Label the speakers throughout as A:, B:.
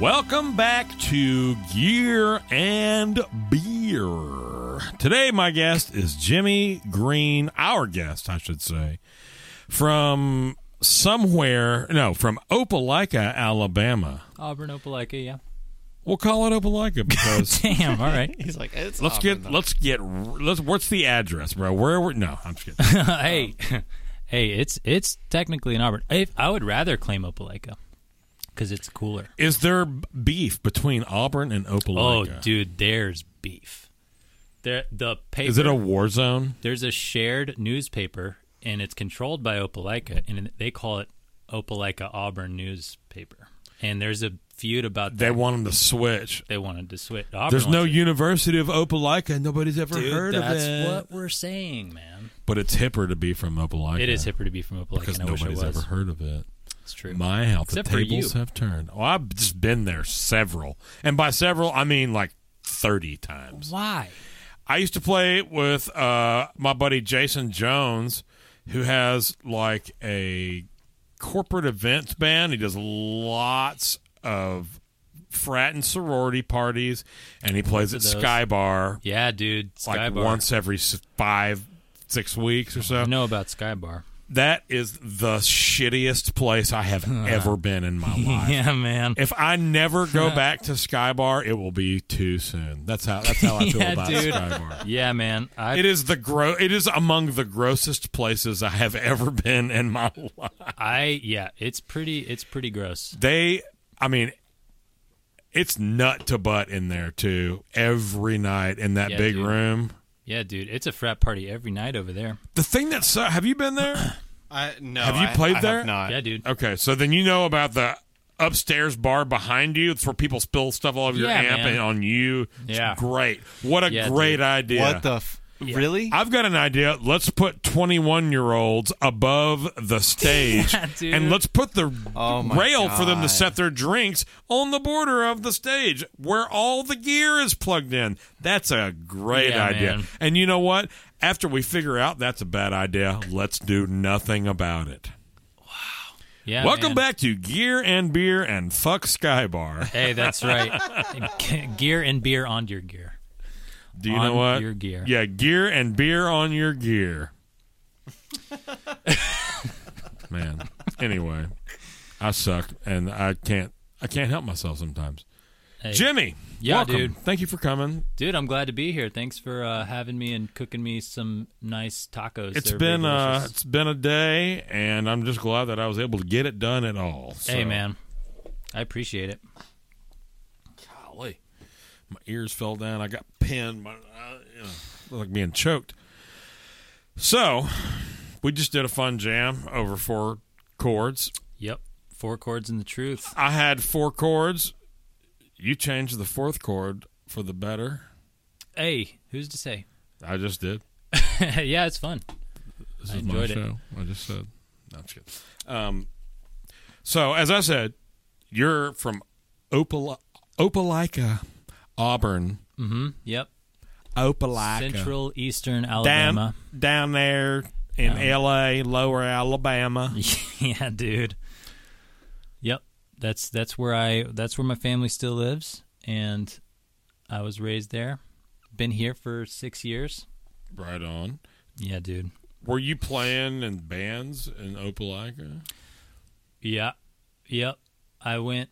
A: Welcome back to Gear and Beer. Today, my guest is Jimmy Green, our guest, I should say, from somewhere, no, from Opelika, Alabama.
B: Auburn Opelika, yeah.
A: We'll call it Opelika because
B: Damn, all right.
C: He's like, it's
A: let's
C: Auburn,
A: get
C: though.
A: let's get let's. What's the address, bro? Where we're no, I'm just kidding.
B: hey, hey, it's it's technically an Auburn. If, I would rather claim Opelika because it's cooler.
A: Is there beef between Auburn and
B: Oh,
A: Opelika?
B: dude, there's beef. There, the paper.
A: Is it a war zone?
B: there's a shared newspaper, and it's controlled by Opelika, and they call it Opelika Auburn newspaper. And there's a feud about
A: They
B: that.
A: want them to switch.
B: They wanted to switch. Auburn
A: There's no
B: wants it.
A: University of Opelika. Nobody's ever
B: Dude,
A: heard
B: that's
A: of it.
B: what we're saying, man.
A: But it's hipper to be from Opelika.
B: It is hipper to be from Opelika.
A: because
B: and I wish it
A: nobody's
B: was.
A: ever heard of it.
B: It's true.
A: My how the
B: Except for
A: tables
B: you.
A: have turned. Oh, I've just been there several, and by several I mean like thirty times.
B: Why?
A: I used to play with uh, my buddy Jason Jones, who has like a corporate events band. He does lots of frat and sorority parties, and he plays at
B: those.
A: Sky Bar
B: Yeah, dude.
A: like
B: Skybar.
A: once every s- five, six weeks or so.
B: I know about Skybar.
A: That is the shittiest place I have ever been in my life.
B: Yeah, man.
A: If I never go back to Skybar, it will be too soon. That's how that's how I feel
B: Yeah,
A: about
B: dude.
A: Skybar.
B: Yeah, man. I
A: It is the gro- it is among the grossest places I have ever been in my life.
B: I yeah, it's pretty it's pretty gross.
A: They I mean it's nut to butt in there too every night in that
B: Yeah,
A: big
B: dude.
A: room.
B: Yeah, dude. It's a frat party every night over there.
A: The thing that's so, have you been there?
C: I, no,
A: Have you
C: I-
A: played
C: I
A: there?
C: Have not.
B: Yeah, dude.
A: Okay, so then you know about the upstairs bar behind you. It's where people spill stuff all over your
B: Yeah,
A: amp
B: man.
A: and on you. It's
B: Yeah.
A: great. What a
B: Yeah,
A: great
B: dude.
A: idea.
C: What the? F- Really?
A: I've got an idea. Let's put 21 year olds above the stage
B: Yeah, dude.
A: and let's put the
C: Oh, my
A: rail for them to
C: God.
A: set their drinks on the border of the stage where all the gear is plugged in. That's a great
B: Yeah,
A: idea.
B: man.
A: And you know what? After we figure out that's a bad idea, let's do nothing about it.
B: Yeah.
A: Welcome
B: Oh, man.
A: back to Gear and Beer and Fuck Skybar.
B: Hey, that's right. Ge- gear and beer on your gear.
A: Do you
B: On
A: know what?
B: your gear.
A: Yeah, gear and beer on your gear. Man. Anyway, I suck and I can't I can't help myself sometimes.
B: Hey.
A: Jimmy.
B: Yeah,
A: welcome.
B: dude.
A: Thank you for coming.
B: Dude, I'm glad to be here. Thanks for uh, having me and cooking me some nice tacos.
A: It's
B: They're
A: been
B: very
A: uh
B: delicious.
A: it's been a day and I'm just glad that I was able to get it done at all. So,
B: Hey, man. I appreciate it.
A: Golly. My ears fell down. I got pinned. My, uh, you know, looked like being choked. So, we just did a fun jam over four chords.
B: Yep. Four chords and the truth.
A: I had four chords. You changed the fourth chord for the better.
B: Hey, who's to say?
A: I just did.
B: yeah, it's fun.
A: This
B: I
A: is my
B: enjoyed it.
A: show. I just said. No, I'm just kidding. Um, so as I said, you're from Opel- Opelika, Auburn,
B: Mm-hmm. Yep.
A: Opelika,
B: Central Eastern
A: down
B: Alabama.
A: down there in L.A., Lower Alabama.
B: yeah, dude. Yep. That's that's where I that's where my family still lives and I was raised there. Been here for 6 years.
A: Right on.
B: Yeah, dude.
A: Were you playing in bands in Opelika?
B: Yeah. Yep. I went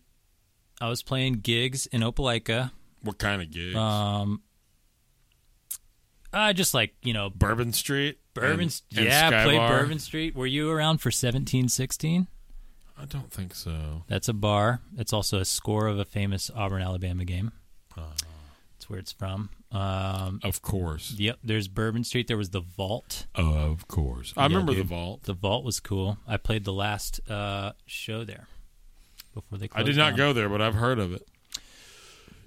B: I was playing gigs in Opelika.
A: What kind of gigs?
B: Um I just like, you know,
A: Bourbon Street.
B: Bourbon
A: and- and
B: Yeah,
A: Sky
B: played
A: Bar?
B: Bourbon Street. Were you around for 1716?
A: I don't think so.
B: That's a bar. It's also a score of a famous Auburn Alabama game.
A: Uh-huh.
B: That's where it's from. Um,
A: Of course.
B: yep, there's Bourbon Street. There was the Vault.
A: Of course. I
B: Yeah,
A: remember
B: dude.
A: the vault.
B: The Vault was cool. I played the last uh, show there before they
A: I
B: closed.
A: did not
B: down.
A: go there, but I've heard of it.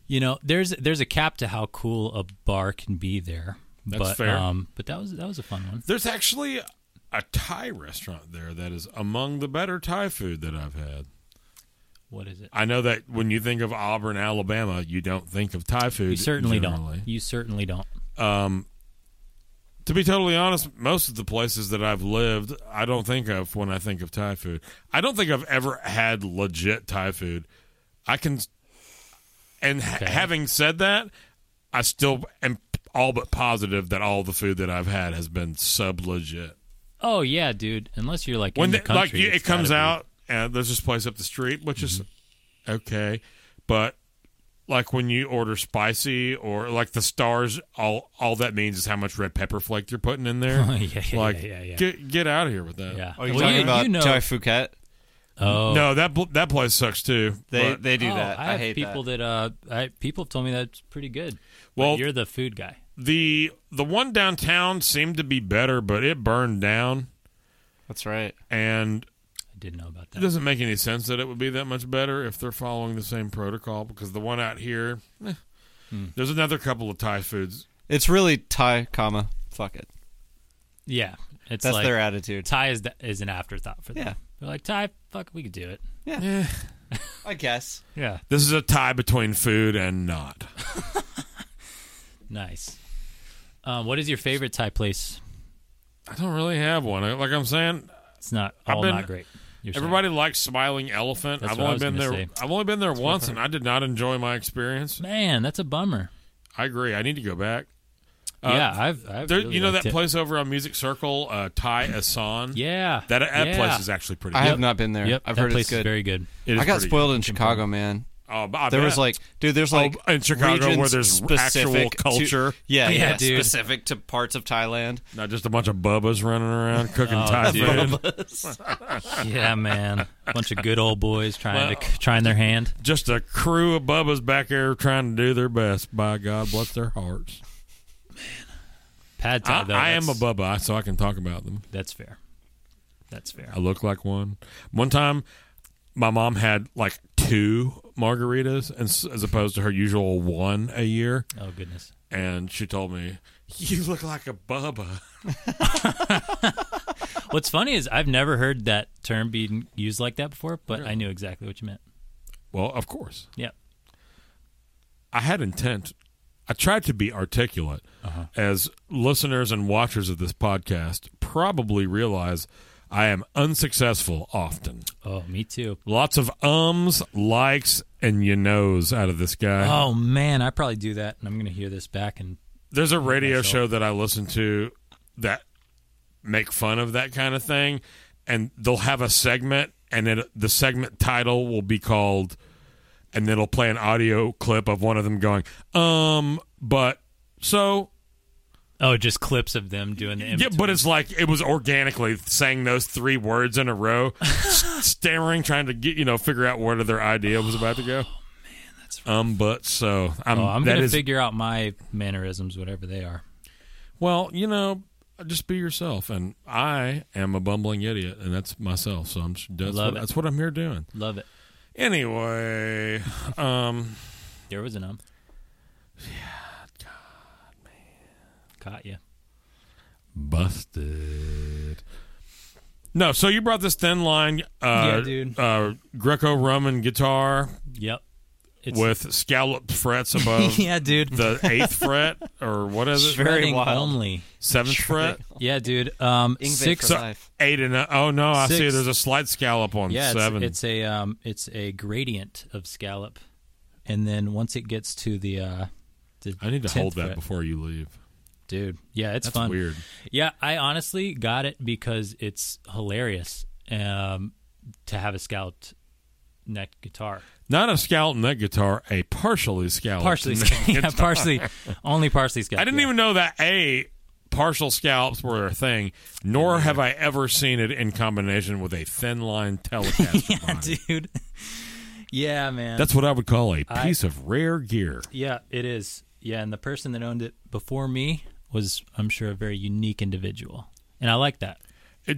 B: You know, there's there's a cap to how cool a bar can be there.
A: That's
B: but,
A: fair.
B: Um, but that was that was a fun one.
A: There's actually a Thai restaurant there that is among the better Thai food that I've had.
B: What is it?
A: I know that when you think of Auburn, Alabama, you don't think of Thai food.
B: You certainly
A: generally.
B: don't. You certainly don't.
A: Um, to be totally honest, most of the places that I've lived, I don't think of when I think of Thai food. I don't think I've ever had legit Thai food. I can And ha-
B: Okay.
A: having said that, I still am all but positive that all the food that I've had has been sub legit.
B: Oh yeah, dude. Unless you're like
A: When
B: in the
A: the, like
B: country,
A: you- it
B: it's gotta
A: comes
B: be- Mm-hmm.
A: out, and there's this place up the street, which is okay, but like when you order spicy or like the stars, all all that means is how much red pepper flake you're putting in there.
B: Yeah, yeah, yeah,
A: like
B: yeah, yeah.
A: get get out of here with that.
B: Yeah.
C: Oh, you're
B: Well,
C: talking
B: you-
C: about
B: you know-
C: Joey Fouquet?
B: Oh.
A: No, that bl- that place sucks too.
C: They
A: but-
C: they do
B: Oh,
C: that.
B: I
C: I,
B: have
C: hate
B: people
C: that.
B: that, uh, I, people have told me that's pretty good. But
A: Well-
B: you're the food guy.
A: the the one downtown seemed to be better, but it burned down,
C: That's right.
A: and
B: I didn't know about
A: it
B: that.
A: doesn't make any sense that it would be that much better if they're following the same protocol. Because the one out here, eh.
B: Hmm.
A: there's another couple of Thai foods.
C: It's really Thai, comma fuck it.
B: Yeah, it's
C: That's
B: like
C: their attitude.
B: Thai is the, is an afterthought for them.
C: Yeah.
B: They're like Thai, fuck, we could do it.
A: Eh,
C: I guess.
B: Yeah,
A: this is a tie between food and not.
B: nice. Um, what is your favorite Thai place?
A: I don't really have one. I- Like I'm saying,
B: It's not
A: I've
B: all
A: been-
B: not great. You're saying.
A: everybody likes Smiling Elephant.
B: That's
A: I've
B: what I
A: only
B: was
A: been there.
B: gonna
A: I've only been there once, and I did not enjoy my experience.
B: man, that's a bummer.
A: I agree. I need to go back. Uh,
B: yeah, I've, I've
A: There,
B: really
A: you know that
B: liked it.
A: place over on Music Circle, uh, Thai Asan.
B: Yeah,
A: That, that
B: yeah.
A: place is actually pretty.
C: I
A: good.
C: have not been there.
B: Yep,
C: I've
B: that
C: heard
B: place
C: it's good.
B: is very good.
A: It is
C: I got
A: pretty
C: spoiled in Chicago, man.
A: good. Oh, I
C: There
A: bet.
C: was like, dude, there's like
A: Oh, in Chicago where
C: regions
A: there's actual
C: specific to-
A: culture.
C: yeah,
B: Yeah,
C: yeah,
B: dude.
C: specific to parts of Thailand.
A: not just a bunch of bubbas running around cooking
B: Oh,
A: Thai food.
B: yeah, man, bunch of good old boys trying
A: Well-
B: to trying their hand.
A: Just a crew of bubbas back there trying to do their best. By God, bless their hearts.
B: Pad Thai.
A: I,
B: though,
A: I am a
B: that's-
A: bubba, so I can talk about them.
B: That's fair. That's fair.
A: I look like one. One time, my mom had like two margaritas, and s- as opposed to her usual one a year.
B: Oh goodness.
A: And she told me, "You look like a bubba."
B: What's funny is I've never heard that term being used like that before, but I knew exactly what you meant.
A: Well, of course.
B: Yeah.
A: I had intent. I tried to be articulate, as listeners and watchers of this podcast probably realize. I am unsuccessful often.
B: Oh, me too.
A: Lots of ums, likes, and you knows out of this guy.
B: Oh man, I probably do that, and I'm gonna hear this back and
A: There's a radio show that I listen to that make fun of that kind of thing, and they'll have a segment, and it, the segment title will be called, and it'll play an audio clip of one of them going, um, but so
B: oh, just clips of them doing the in
A: Yeah, but it's like it was organically saying those three words in a row, s- staring, trying to get you know figure out where their idea was about to go. Um, but so I'm,
B: Oh, I'm
A: that
B: gonna
A: is-
B: figure out my mannerisms, whatever they are.
A: well, you know, just be yourself, and I am a bumbling idiot, and that's myself. So I'm that's,
B: Love
A: what,
B: it.
A: that's what I'm here doing.
B: Love it.
A: Anyway, um,
B: There was an um. Yeah, God, man, caught you.
A: busted. No, so you brought this thin line, uh,
B: Yeah, dude.
A: uh, Greco-Roman guitar
B: Yep. It's,
A: with scalloped frets above.
B: yeah, dude.
A: the eighth fret or what is it?
C: Sure. very
B: Shredding
C: wild.
B: only.
A: Seventh fret.
B: Yeah, dude. Um,
C: Ingve
B: six.
C: for life.
A: Eight and a, oh no, I see.
B: Six.
A: There's a slight scallop on
B: Yeah, it's,
A: seven.
B: it's a um, it's a gradient of scallop, and then once it gets to the, uh, the
A: I need to
B: 10th
A: hold that
B: fret-
A: before you leave.
B: dude. Yeah, it's
A: That's
B: fun.
A: weird.
B: Yeah, I honestly got it because it's hilarious um, to have a scalloped neck guitar,
A: Not a scallop neck guitar, a partially scalloped.
B: partially,
A: neck
B: sc- yeah,
A: guitar.
B: partially, only partially scalloped.
A: I didn't
B: yeah.
A: even know that a partial scallops were a thing. Nor have I ever seen it in combination with a thin line telecaster.
B: yeah,
A: body.
B: dude. yeah, man.
A: That's what I would call a piece of rare gear.
B: yeah, it is. Yeah, and the person that owned it before me was, I'm sure, a very unique individual, and I like that.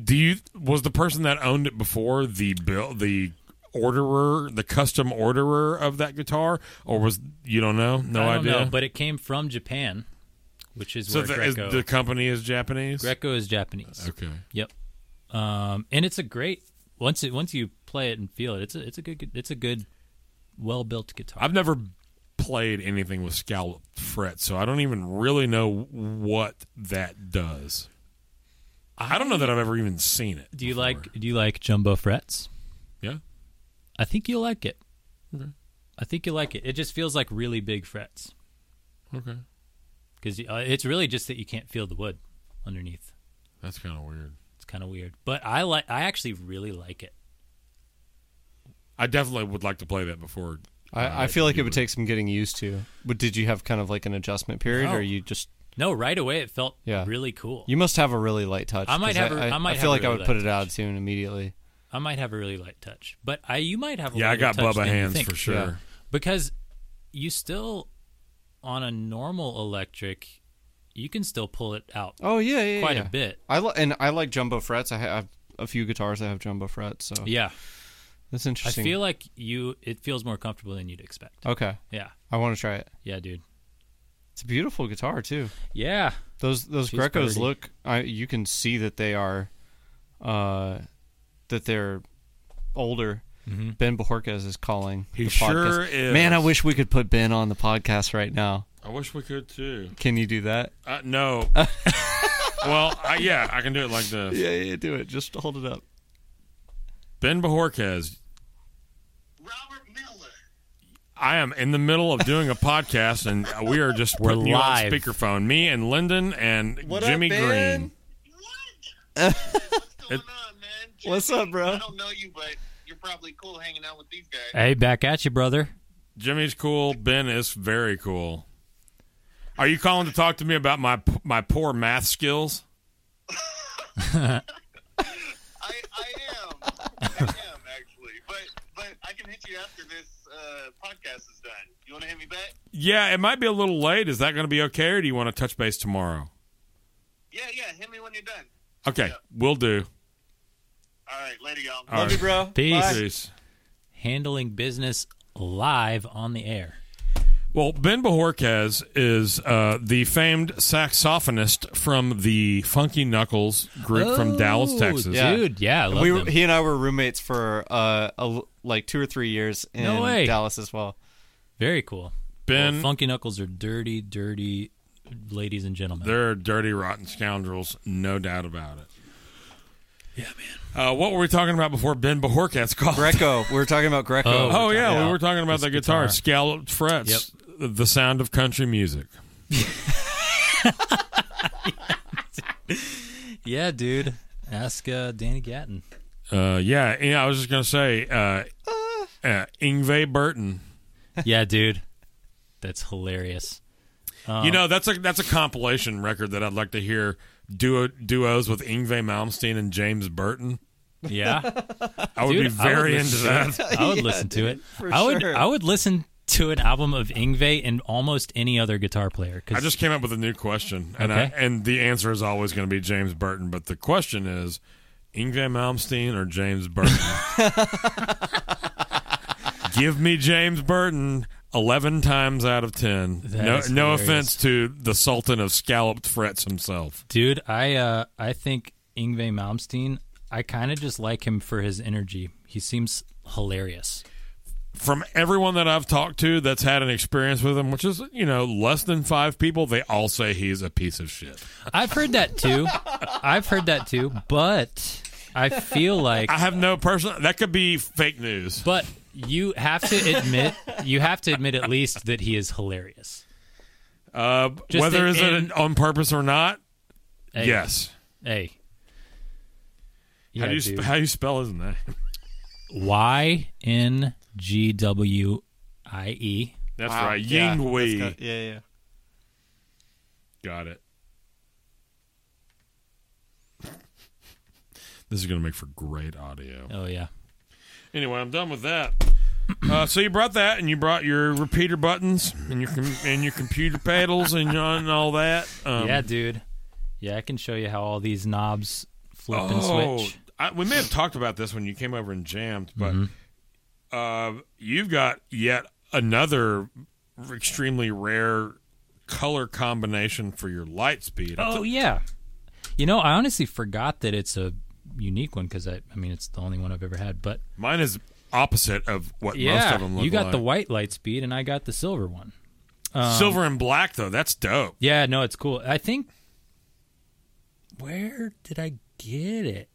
A: Do you was the person that owned it before the bill the orderer the custom orderer of that guitar or was you don't know no
B: I don't
A: idea
B: know, but it came from Japan, which is
A: so
B: where
A: the, is,
B: Greco.
A: the company is Japanese
B: Greco is Japanese.
A: okay
B: Yep. Um, and it's a great once it once you play it and feel it. It's a it's a good it's a good, well built guitar.
A: I've never played anything with scallop frets so I don't even really know what that does I, don't know that I've ever even seen it
B: do you
A: before.
B: like do you like jumbo frets?
A: yeah
B: I think you'll like it. I think you like it. It just feels like really big frets
A: Okay.
B: because uh, it's really just that you can't feel the wood underneath.
A: That's kind of weird.
B: It's kind of weird, but I like. I actually really like it.
A: I definitely would like to play that before.
C: I, I
A: uh,
C: feel like
A: you
C: it would take some getting used to. But did you have kind of like an adjustment period,
B: No.
C: or you just
B: No, right away it felt
C: Yeah.
B: really cool.
C: you must have a really light touch?
B: I might
C: 'cause
B: have a- I might
C: I
B: have
C: feel like
B: a
C: I
B: really
C: would put
B: light
C: it out of tune immediately.
B: I might have a really light touch, but I you might have a
A: Yeah, I
B: lighter
A: got
B: touch
A: Bubba
B: than you
A: hands
B: think.
A: for sure.
C: Yeah.
B: because you still on a normal electric, you can still pull it out
C: Oh yeah, yeah,
B: quite
C: yeah.
B: a bit.
C: I li- and I like jumbo frets. I have a few guitars that have jumbo frets, so
B: Yeah,
C: that's
B: I
C: interesting.
B: feel like you it feels more comfortable than you'd expect.
C: okay,
B: Yeah,
C: I want to try it.
B: yeah, dude.
C: It's a beautiful guitar too.
B: Yeah,
C: Those those
B: She's
C: Grecos
B: pretty.
C: look. I you can see that they are, uh, that they're older.
B: Mm-hmm.
C: Ben Bajorquez is calling.
A: He
C: the podcast.
A: sure is.
C: Man, I wish we could put Ben on the podcast right now.
A: I wish we could too.
C: Can you do that?
A: Uh, no. well, I, yeah, I can do it like this.
C: Yeah, yeah, do it. Just hold it up.
A: Ben Bajorquez,
D: Robert Miller.
A: I am in the middle of doing a podcast, and we are just
B: We're
A: putting
B: live.
A: you on speakerphone. Me and Lyndon and
C: What up,
A: Jimmy
C: Ben?
A: Green.
D: What? What's going on, man?
C: What's
D: Jimmy,
C: up, bro?
D: I don't know you, but you're probably cool hanging out with these guys.
B: hey, back at you, brother.
A: Jimmy's cool. Ben is very cool. Are you calling to talk to me about my my poor math skills?
D: I, I am. I am, actually. But but I can hit you after this uh, podcast is done. You want to hit me back?
A: Yeah, it might be a little late. Is that going to be okay, or do you want to touch base tomorrow?
D: Yeah, yeah. Hit me when you're done.
A: Okay, we'll do.
D: All right. Later, y'all.
A: All right.
C: bro.
B: Peace. Oh, Bye.
A: Peace.
B: Handling business live on the air.
A: Well, Ben Bajorquez is uh, the famed saxophonist from the Funky Knuckles group from Dallas,
B: Oh,
A: Texas.
C: Yeah.
B: Dude, yeah, I love
C: We
B: them.
C: were, he and I were roommates for uh a l like two or three years in
B: No way.
C: Dallas as well.
B: Very cool.
A: Ben,
B: Well, Funky Knuckles are dirty, dirty ladies and gentlemen.
A: they're dirty, rotten scoundrels, no doubt about it. Yeah, man. Uh, what were we talking about before Ben Bajorquez called?
C: Greco. we were talking about Greco.
B: Oh.
A: Oh, yeah,
C: Yeah.
A: we were talking about the guitar,
B: guitar.
A: scalloped frets, the sound of country music.
B: yeah, dude. Ask uh, Danny Gatton.
A: Uh, yeah, yeah, I was just going to say, uh, uh, Ingve Burton.
B: yeah, dude. That's hilarious.
A: You know, that's a that's a compilation record that I'd like to hear duo duos with Ingve Malmsteen and James Burton.
B: Yeah.
A: I would
B: Dude,
A: be
B: I would
A: very into
B: listen
A: that.
B: I would listen to it.
C: for
B: I would
C: sure.
B: I would listen to an album of Ingve and almost any other guitar player
A: I
B: cuz
A: just came up with a new question, and
B: Okay.
A: I, and the answer is always going to be James Burton. But the question is, Ingve Malmsteen or James Burton? Give me James Burton eleven times out of ten.
B: That
A: no,
B: is
A: no
B: hilarious.
A: offense to the Sultan of Scalloped Frets himself.
B: dude, I uh I think Ingve Malmsteen, I kind of just like him for his energy. He seems hilarious.
A: from everyone that I've talked to that's had an experience with him, which is, you know, less than five people, they all say he's a piece of shit.
B: I've heard that too. I've heard that too, but I feel like
A: I have no personal, that could be fake news.
B: But you have to admit, you have to admit at least that he is hilarious.
A: Uh,
B: Just
A: whether
B: in-
A: is
B: in-
A: it on purpose or not,
B: Hey,
A: yes.
B: Hey. Yeah,
A: how, do you, sp-
B: dude.
A: how do you spell his name?
B: Y N G W I E.
A: That's
C: Wow.
A: right.
C: Yeah,
A: Ying Wei.
C: that's good. Yeah, yeah.
A: Got it. This is going to make for great audio.
B: Oh yeah.
A: Anyway, I'm done with that. Uh, so you brought that, and you brought your repeater buttons, and your com- and your computer pedals, and, your- and all that. Um,
B: yeah, dude. Yeah, I can show you how all these knobs flip
A: Oh.
B: and switch.
A: I, we may have talked about this when you came over and jammed, but
B: Mm-hmm.
A: uh, you've got yet another extremely rare color combination for your light speed. I
B: Oh
A: th-
B: yeah. You know, I honestly forgot that it's a unique one because I, I mean, it's the only one I've ever had. But
A: mine is opposite of what most
B: yeah,
A: of them look
B: you got
A: like.
B: the white light speed, and I got the silver one.
A: silver and black though. That's dope.
B: Yeah, no, it's cool. I think where did I get it?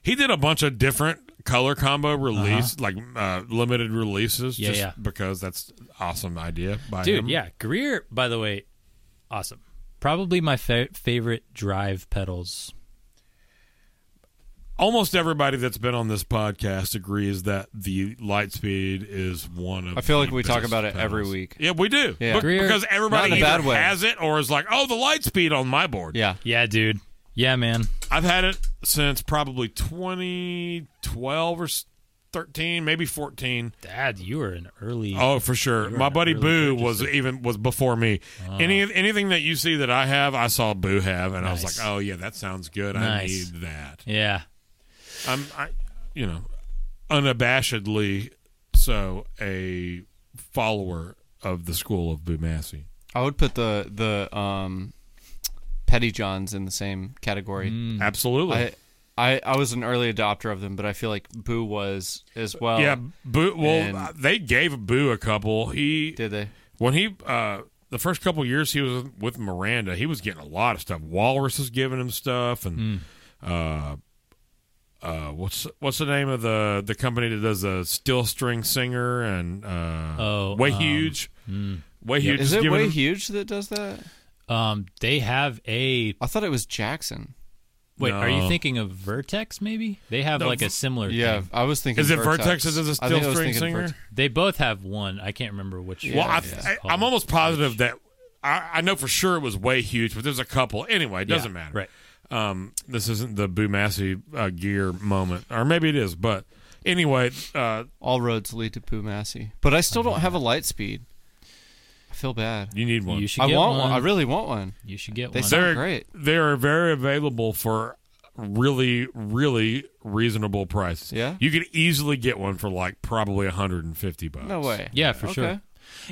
A: He did a bunch of different color combo release,
C: Uh-huh.
A: like uh, limited releases,
B: Yeah,
A: just
B: yeah.
A: because that's awesome idea by
B: Dude,
A: him.
B: yeah. Greer, by the way, awesome. Probably my fa- favorite drive pedals.
A: Almost everybody that's been on this podcast agrees that the Lightspeed is one of.
C: I feel like
A: the
C: we talk
A: best
C: about it every
A: pedals.
C: week.
A: Yeah, we do.
C: Yeah.
A: Bec-
B: Greer-
A: because everybody
C: Not in a
A: either
C: bad way.
A: has it or is like, oh, the Lightspeed on my board.
C: Yeah.
B: Yeah, dude. Yeah, man.
A: I've had it since probably 2012 or s- 13, maybe 14.
B: Dad, you were an early.
A: Oh, for sure. My
B: an
A: buddy
B: early
A: Boo was even was before me.
B: Uh-huh.
A: Any anything that you see that I have, I saw Boo have, and I was
B: Nice.
A: like, oh yeah, that sounds good.
B: Nice.
A: I need that.
B: Yeah.
A: I'm, I, you know, unabashedly so a follower of the school of Boo Massey.
C: I would put the the um, Petty Johns in the same category.
B: Mm. Mm-hmm.
A: Absolutely.
C: I, I I was an early adopter of them, but I feel like Boo was as well.
A: yeah,
B: oh,
A: Boo. Well,
C: and-
A: uh, they gave Boo a couple. He
C: Did they?
A: when he uh the first couple years he was with Miranda, he was getting a lot of stuff. Walrus was giving him stuff,
C: Mm.
A: and uh, uh, what's what's the name of the the company that does the steel string singer and uh,
B: Oh,
A: way
B: um,
A: huge, way huge.
C: mm. Is
A: was
C: it
A: giving
C: way
A: him-
C: huge that does that?
B: Um, they have a.
C: I thought it was Jackson.
B: Wait, are you
A: No.
B: thinking of Vertex? Maybe they have
A: No,
B: like a
A: v-
B: similar.
C: Yeah,
B: thing.
C: I was thinking.
A: Is it
C: Vertex,
A: Vertex that does a
C: I think I
A: steel
C: was
A: string
C: thinking
A: singer?
C: Vertex.
B: they both have one. I can't remember which.
A: Well,
B: one
A: I,
B: it's
A: I,
B: called.
A: I'm almost positive that I, I know for sure it was way huge, but there's a couple anyway. It
B: Yeah,
A: doesn't matter.
B: Right.
A: um, this isn't the Boo Massey uh, gear moment, or maybe it is, but anyway, uh,
C: All roads lead to Boo Massey, but I still don't have a light speed. I feel bad.
A: you need one.
B: You should
C: I
B: get
C: want
B: one.
C: one. I really want one.
B: you should get
C: They
B: one.
C: sound
A: They're
C: great.
A: They are very available for really, really reasonable prices.
C: Yeah?
A: you could easily get one for like probably 150 bucks.
C: No way.
B: yeah, for sure.
C: Okay.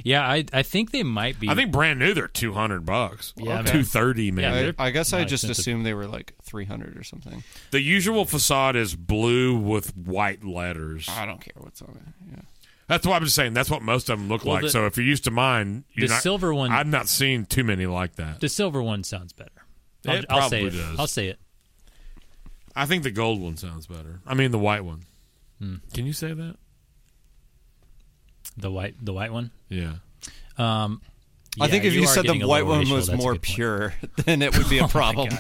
B: Yeah, I I think they might be.
A: I think brand new they're 200 bucks.
B: Yeah,
A: two thirty maybe.
B: Yeah,
C: I,
B: they're
C: I guess I
B: not
C: just
B: expensive.
C: assumed they were like 300 or something.
A: The usual facade is blue with white letters.
C: I don't care what's on it. Yeah.
A: That's what I'm saying. That's what most of them look
B: Well,
A: like.
B: the-
A: so if you're used to mine, you're
B: the
A: not-
B: silver one.
A: I've not seen too many like that.
B: the silver one sounds better. I'll,
A: It
B: I'll say
A: probably
B: it.
A: does.
B: I'll say it.
A: I think the gold one sounds better. I mean, the white one.
B: Hmm.
A: Can you say that?
B: The white the white one.
A: Yeah.
B: Um,
C: I think
B: yeah,
C: if you,
B: are
C: said the
B: getting a
C: white
B: lower
C: one
B: ratio,
C: was
B: that's a
C: more
B: good point. Oh
C: pure, then it would be a problem.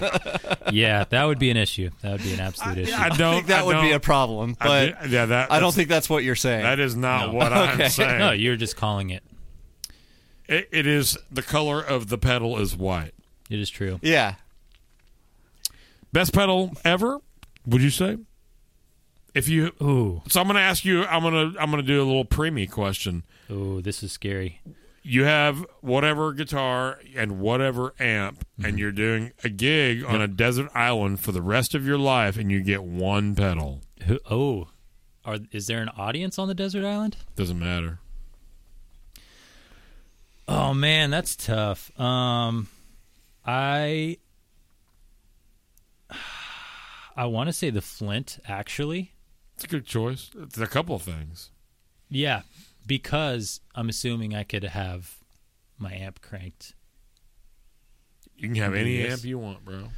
B: yeah, that would be an issue. That would be an absolute issue.
A: I don't.
C: I think that would be a
A: don't-
C: problem,
A: I
C: but
A: do- yeah, that
C: I don't think that's what you're saying.
A: that is not
B: No.
A: what I'm saying.
B: no, you're just calling it.
A: It, it is the color of the pedal is white.
B: It is true.
C: yeah.
A: Best pedal ever? Would you say? If you
B: Ooh,
A: so, I'm going to ask you. I'm going to I'm going to do a little preemie question.
B: ooh, this is scary.
A: You have whatever guitar and whatever amp,
C: Mm-hmm.
A: and you're doing a gig on a desert island for the rest of your life, and you get one pedal.
B: Who, oh, are is there an audience on the desert island?
A: Doesn't matter.
B: Oh man, that's tough. Um, I I want to say the Flint actually.
A: It's a good choice. It's a couple of things.
B: Yeah, because I'm assuming I could have my amp cranked.
A: You can have any
B: Yes.
A: amp you want, bro.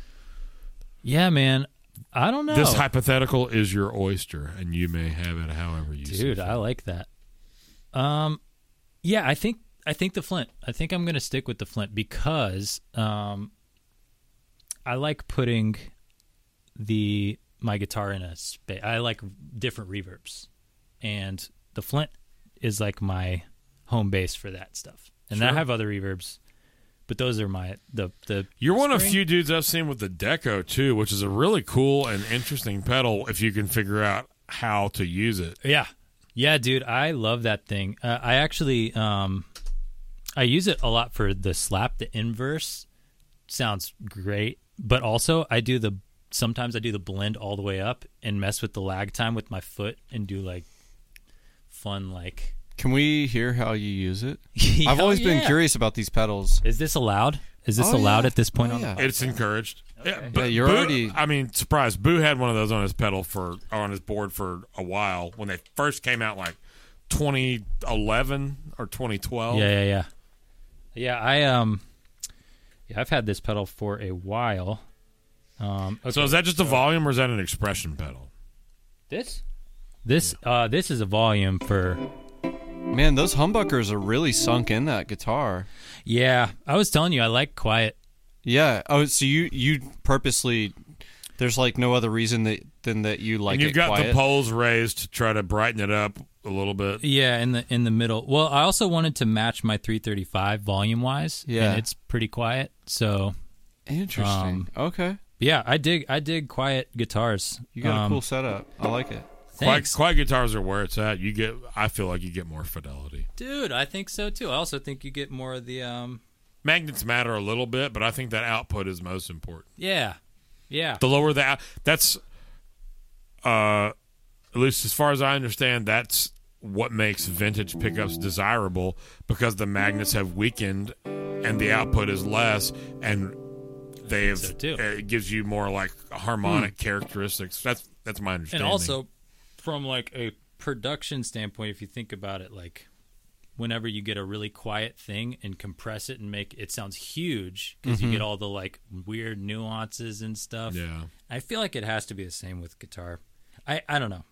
B: Yeah, man. I don't know.
A: This hypothetical is your oyster, and you may have it however you see.
B: Dude, I like that. Um, yeah, I think I think the Flint. I think I'm gonna stick with the Flint because um, I like putting the my guitar in a space. I like different reverbs, and the Flint is like my home base for that stuff. And I
A: Sure.
B: have other reverbs, but those are my the the.
A: You're one of
B: Spring?
A: few dudes I've seen with the Deco too, which is a really cool and interesting pedal if you can figure out how to use it.
B: Yeah. Yeah, dude, I love that thing. Uh, I actually um I use it a lot for the slap, the inverse sounds great, but also I do the sometimes I do the blend all the way up and mess with the lag time with my foot and do like fun like
C: Can we hear how you use it? I've
B: Hell
C: always been
B: yeah.
C: curious about these pedals.
B: Is this allowed? Is this
C: Oh,
B: allowed
C: yeah.
B: at this point
C: Oh,
B: on
C: yeah.
A: It's encouraged. Yeah, but
C: Yeah, you're
A: Boo-
C: already-
A: I mean, surprise. Boo had one of those on his pedal for or on his board for a while when they first came out, like 2011 or 2012.
B: Yeah, yeah, yeah. Yeah, I um yeah, I've had this pedal for a while. Um okay.
A: So is that just a volume or is that an expression pedal?
B: this? This uh, this is a volume for.
C: Man, those humbuckers are really sunk in that guitar.
B: Yeah, I was telling you I like quiet.
C: Yeah. Oh, so you you purposely there's like no other reason that than that you like
A: and you've
C: it
A: got
C: quiet.
A: the poles raised to try to brighten it up a little bit.
B: Yeah, in the in the middle. Well, I also wanted to match my 335 volume wise.
C: Yeah.
B: and it's pretty quiet. So
C: Interesting. Um, okay.
B: yeah, I dig I dig quiet guitars.
C: You got
B: Um,
C: a cool setup. I like it.
A: Quiet,
B: thanks.
A: quiet guitars are where it's at. You get, I feel like you get more fidelity.
B: dude. I think so too. I also think you get more of the um.
A: Magnets matter a little bit, but I think that output is most important.
B: Yeah, yeah.
A: the lower that that's uh at least as far as i understand that's what makes vintage pickups desirable because the magnets have weakened and the output is less and they've
B: so, too. Hmm.
A: it gives you more like harmonic characteristics that's that's my
B: and
A: understanding
B: also from like a production standpoint if you think about it like whenever you get a really quiet thing and compress it and make it sounds huge because
C: Mm-hmm.
B: you get all the like weird nuances and stuff
A: yeah
B: i feel like it has to be the same with guitar i i don't know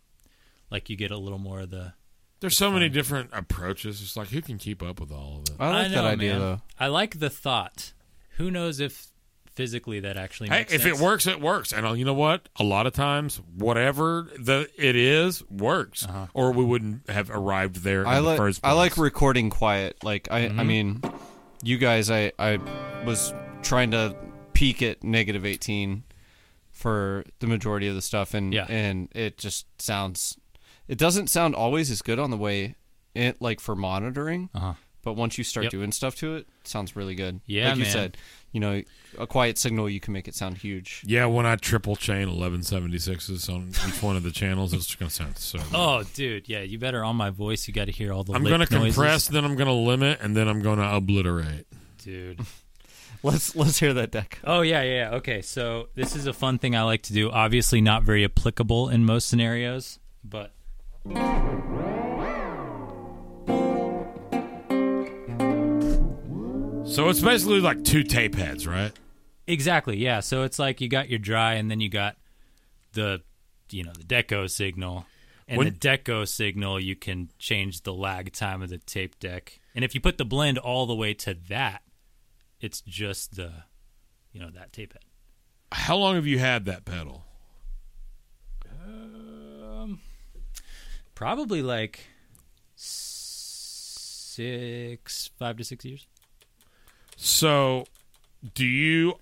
B: like you get a little more of the
A: there's so many different approaches it's like who can keep up with all of it
C: I like
B: know,
C: that idea
B: man.
C: though.
B: i like the thought who knows if physically that actually
A: Hey,
B: makes
A: if
B: sense.
A: it works, it works. And uh, you know what? A lot of times, whatever the it is works, or we wouldn't have arrived there.
C: Uh-huh. I
A: in
C: like
A: the first place.
C: I like recording quiet. Like I I mean, you guys I I was trying to peak at negative 18 for the majority of the stuff and
B: Yeah.
C: and it just sounds it doesn't sound always as good on the way it like for monitoring.
B: Uh-huh.
C: But once you start
B: Yep.
C: doing stuff to it, it sounds really good.
B: Yeah,
C: like you
B: man.
C: said, you know, a quiet signal you can make it sound huge.
A: yeah, when I triple chain eleven seventy sixes on each one of the channels, it's going to sound so. good.
B: oh dude yeah you better on my voice you got to hear all the
A: I'm
B: lick
A: going to
B: noises.
A: compress, then I'm going to limit, and then I'm going to obliterate.
B: dude
C: Let's let's hear that deck.
B: Oh yeah, yeah. yeah. Okay, so this is a fun thing I like to do. Obviously, not very applicable in most scenarios, but
A: So it's basically like two tape heads, right?
B: exactly, yeah. So it's like you got your dry, and then you got the, you know, the deco signal, and
A: When-
B: the deco signal you can change the lag time of the tape deck, and if you put the blend all the way to that, it's just the, you know, that tape head.
A: How long have you had that pedal?
B: Probably like six, five to six years.
A: So, do you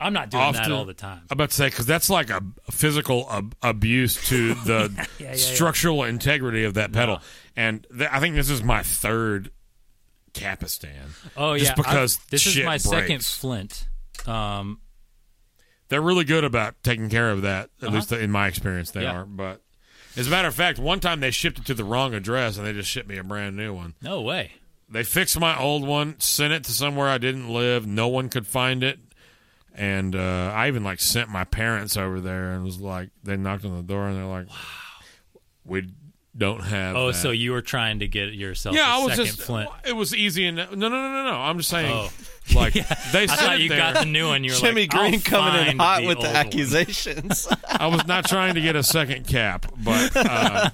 B: I'm not doing that
A: Often-
B: all the time.
A: I'm about to say because that's like a physical ab- abuse to the
B: yeah, yeah.
A: structural integrity of that pedal, and th- I think this is my third Capistan.
B: Oh
A: just
B: yeah,
A: because
B: I, this
A: shit
B: is my second
A: breaks.
B: Flint. Um,
A: They're really good about taking care of that. At least in my experience, they
B: Uh-huh. Yeah.
A: are. But as a matter of fact, one time they shipped it to the wrong address, and they just shipped me a brand new one.
B: no way.
A: They fixed my old one, sent it to somewhere I didn't live. No one could find it. And uh, I even like sent my parents over there and was like, they knocked on the door and they're like, wow, we don't have.
B: Oh,
A: that."
B: so you were trying to get yourself
A: yeah,
B: a
A: I was
B: second
A: just.
B: Flint.
A: It was easy and no, no, no, no, no. I'm just saying,
B: Oh.
A: like they
B: I
A: sent
B: thought
A: it
B: you
A: there.
B: got the new one. You're
C: Jimmy
B: like,
C: Green
B: I'll
C: coming in
B: find
C: hot
B: the
C: with the
B: old one.
C: accusations.
A: I was not trying to get a second cap, but uh,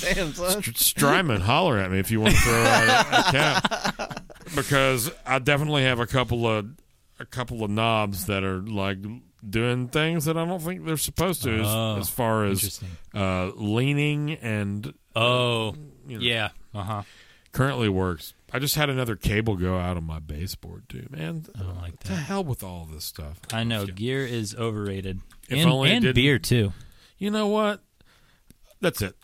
C: Damn son.
A: Strymon, holler at me if you want to throw out a, a cap because I definitely have a couple of a couple of knobs that are like doing things that I don't think they're supposed to as,
B: Oh,
A: as far as
B: Interesting.
A: uh, leaning and
B: Oh,
A: you know,
B: yeah. Uh huh.
A: currently works. I just had another cable go out on my baseboard too, man.
B: I don't like
A: To
B: that.
A: hell with all this stuff.
B: I know gear is overrated.
A: If
B: and
A: only it
B: and
A: didn't-
B: beer too.
A: You know what? That's it.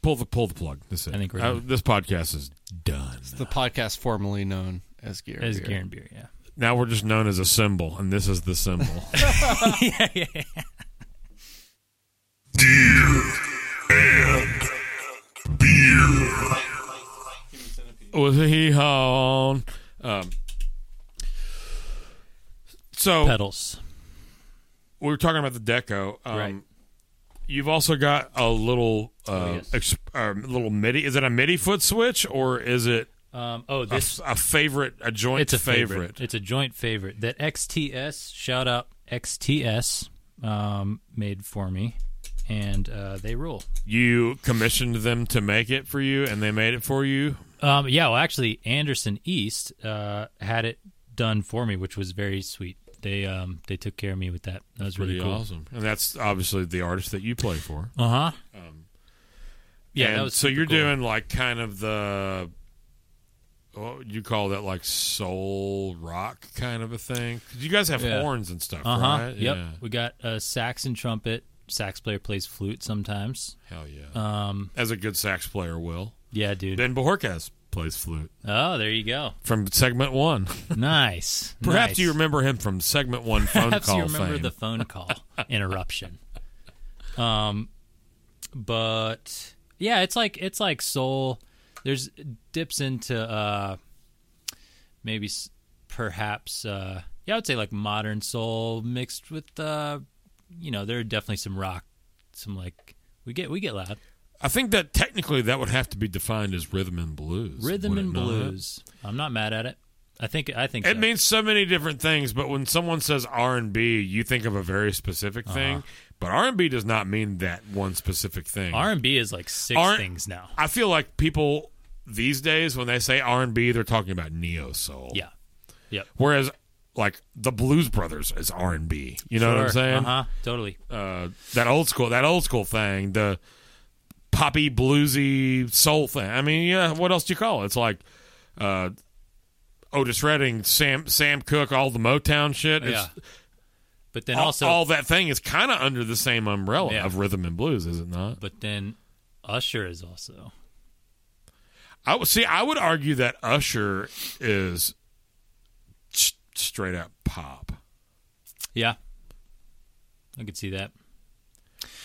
A: Pull the pull the plug. That's it.
B: I think we're
A: Uh,
B: done.
A: this podcast is done.
C: the podcast formerly known as Gear.
B: As
C: Beer.
B: gear and beer, yeah.
A: Now we're just known as a symbol, and this is the symbol.
B: yeah, yeah, yeah.
A: with he on. Um, so
B: Pedals.
A: we were talking about the deco. Um,
B: Right. Oh,
A: You've also got a little, uh,
B: yes.
A: ex- uh, little MIDI. Is it a MIDI foot switch or is it
B: Um, oh,
A: a,
B: this
A: f- a favorite, a joint
B: it's a favorite. It's a joint favorite that XTS shout out XTS um, made for me. and uh, they rule.
A: You commissioned them to make it for you, and they made it for you.
B: Um, yeah, well, actually, Anderson East uh, had it done for me, which was very sweet. They um, they took care of me with that. That was really
A: Pretty
B: cool.
A: awesome. And that's obviously the artist that you play for.
B: Uh huh. yeah,
A: Um, And
B: that was
A: so
B: super
A: you're
B: cool.
A: doing like kind of the what you call that like soul rock kind of a thing. 'Cause you guys have
C: Yeah.
A: horns and stuff,
B: Uh huh.
A: right?
B: Yep.
A: Yeah.
B: We got a sax and trumpet. Sax player plays flute sometimes.
A: Hell yeah.
B: Um,
A: As a good sax player will.
B: yeah, dude.
A: Ben Bohorquez plays flute
B: Oh, there you go.
A: from segment one.
B: Nice.
A: Perhaps
B: nice.
A: you remember him from segment one phone
B: Perhaps
A: call
B: you remember
A: fame.
B: the phone call interruption. Um, but yeah, it's like it's like soul. There's dips into uh, maybe s- perhaps uh, yeah, I would say like modern soul mixed with uh, you know, there are definitely some rock, some like we get we get loud
A: I think that technically that would have to be defined as rhythm and blues.
B: rhythm
A: would it
B: and
A: not?
B: blues. I'm not mad at it. I think I think
A: It
B: so.
A: means so many different things, but when someone says R and B, you think of a very specific
B: Uh-huh.
A: thing. But R and B does not mean that one specific thing.
B: R and B is like 6
A: Aren't-
B: things now.
A: I feel like people these days when they say R and B, they're talking about neo soul.
B: Yeah, yep.
A: Whereas like the Blues Brothers is R and B. You know what I'm saying?
B: Uh huh. Totally.
A: Uh, that old school, that old school thing, the poppy bluesy soul thing. I mean, yeah, what else do you call it? It's like uh, Otis Redding, Sam Sam Cooke, all the Motown shit. It's,
B: yeah. But then
A: all,
B: also,
A: all that thing is kind of under the same umbrella
B: Yeah.
A: of rhythm and blues, is it not?
B: but then Usher is also.
A: I would see. I would argue that Usher is st- straight up pop.
B: Yeah. I could see that.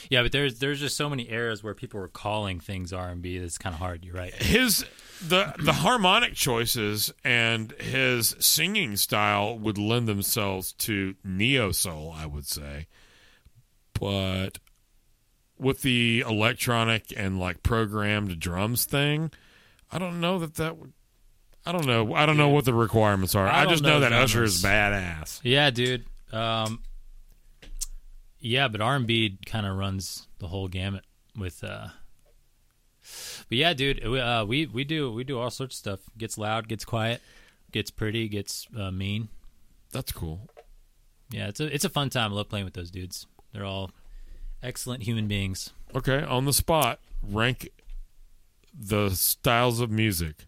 B: Yeah, but there's there's just so many eras where people were calling things R and B. That's kind of hard. You're right.
A: His the the harmonic choices and his singing style would lend themselves to neo soul, I would say, but with the electronic and like programmed drums thing, I don't know that that would. I don't know. I don't know what the requirements are.
B: I
A: I,
B: don't
A: just know,
B: know
A: that Usher
B: genres.
A: is badass.
B: Yeah, dude. Um, yeah, but R and B kind of runs the whole gamut with. Uh, but yeah, dude, we, uh, we we do we do all sorts of stuff. Gets loud, gets quiet, gets pretty, gets uh, mean.
A: That's cool.
B: Yeah, it's a it's a fun time. I love playing with those dudes. They're all excellent human beings.
A: Okay, on the spot, rank the styles of music: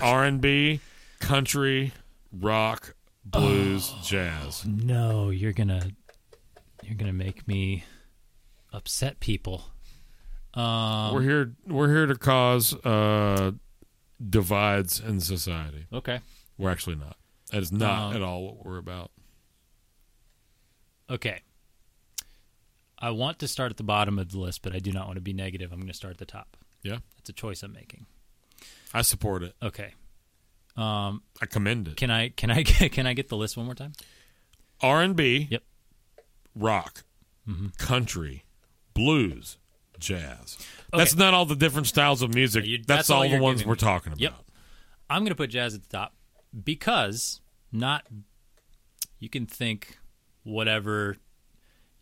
A: R and B, country, rock, blues,
B: Oh,
A: jazz.
B: No, you're gonna you're gonna make me upset people. Um,
A: we're here. We're here to cause uh, divides in society.
B: okay,
A: We're actually not. That is not
B: Um,
A: at all what we're about.
B: okay. I want to start at the bottom of the list, but I do not want to be negative. I'm going to start at the top.
A: Yeah,
B: It's a choice I'm making.
A: I support it.
B: Okay,
A: I commend it.
B: can I can I get, can I get the list one more time?
A: R and B.
B: Yep. Mm-hmm.
A: Rock, country, blues, jazz. That's
B: Okay.
A: not all the different styles of music.
B: You-
A: that's,
B: that's all
A: all, the
B: you're
A: ones
B: giving
A: we're
B: me.
A: talking about.
B: Yep. I'm going to put jazz at the top because not you can think whatever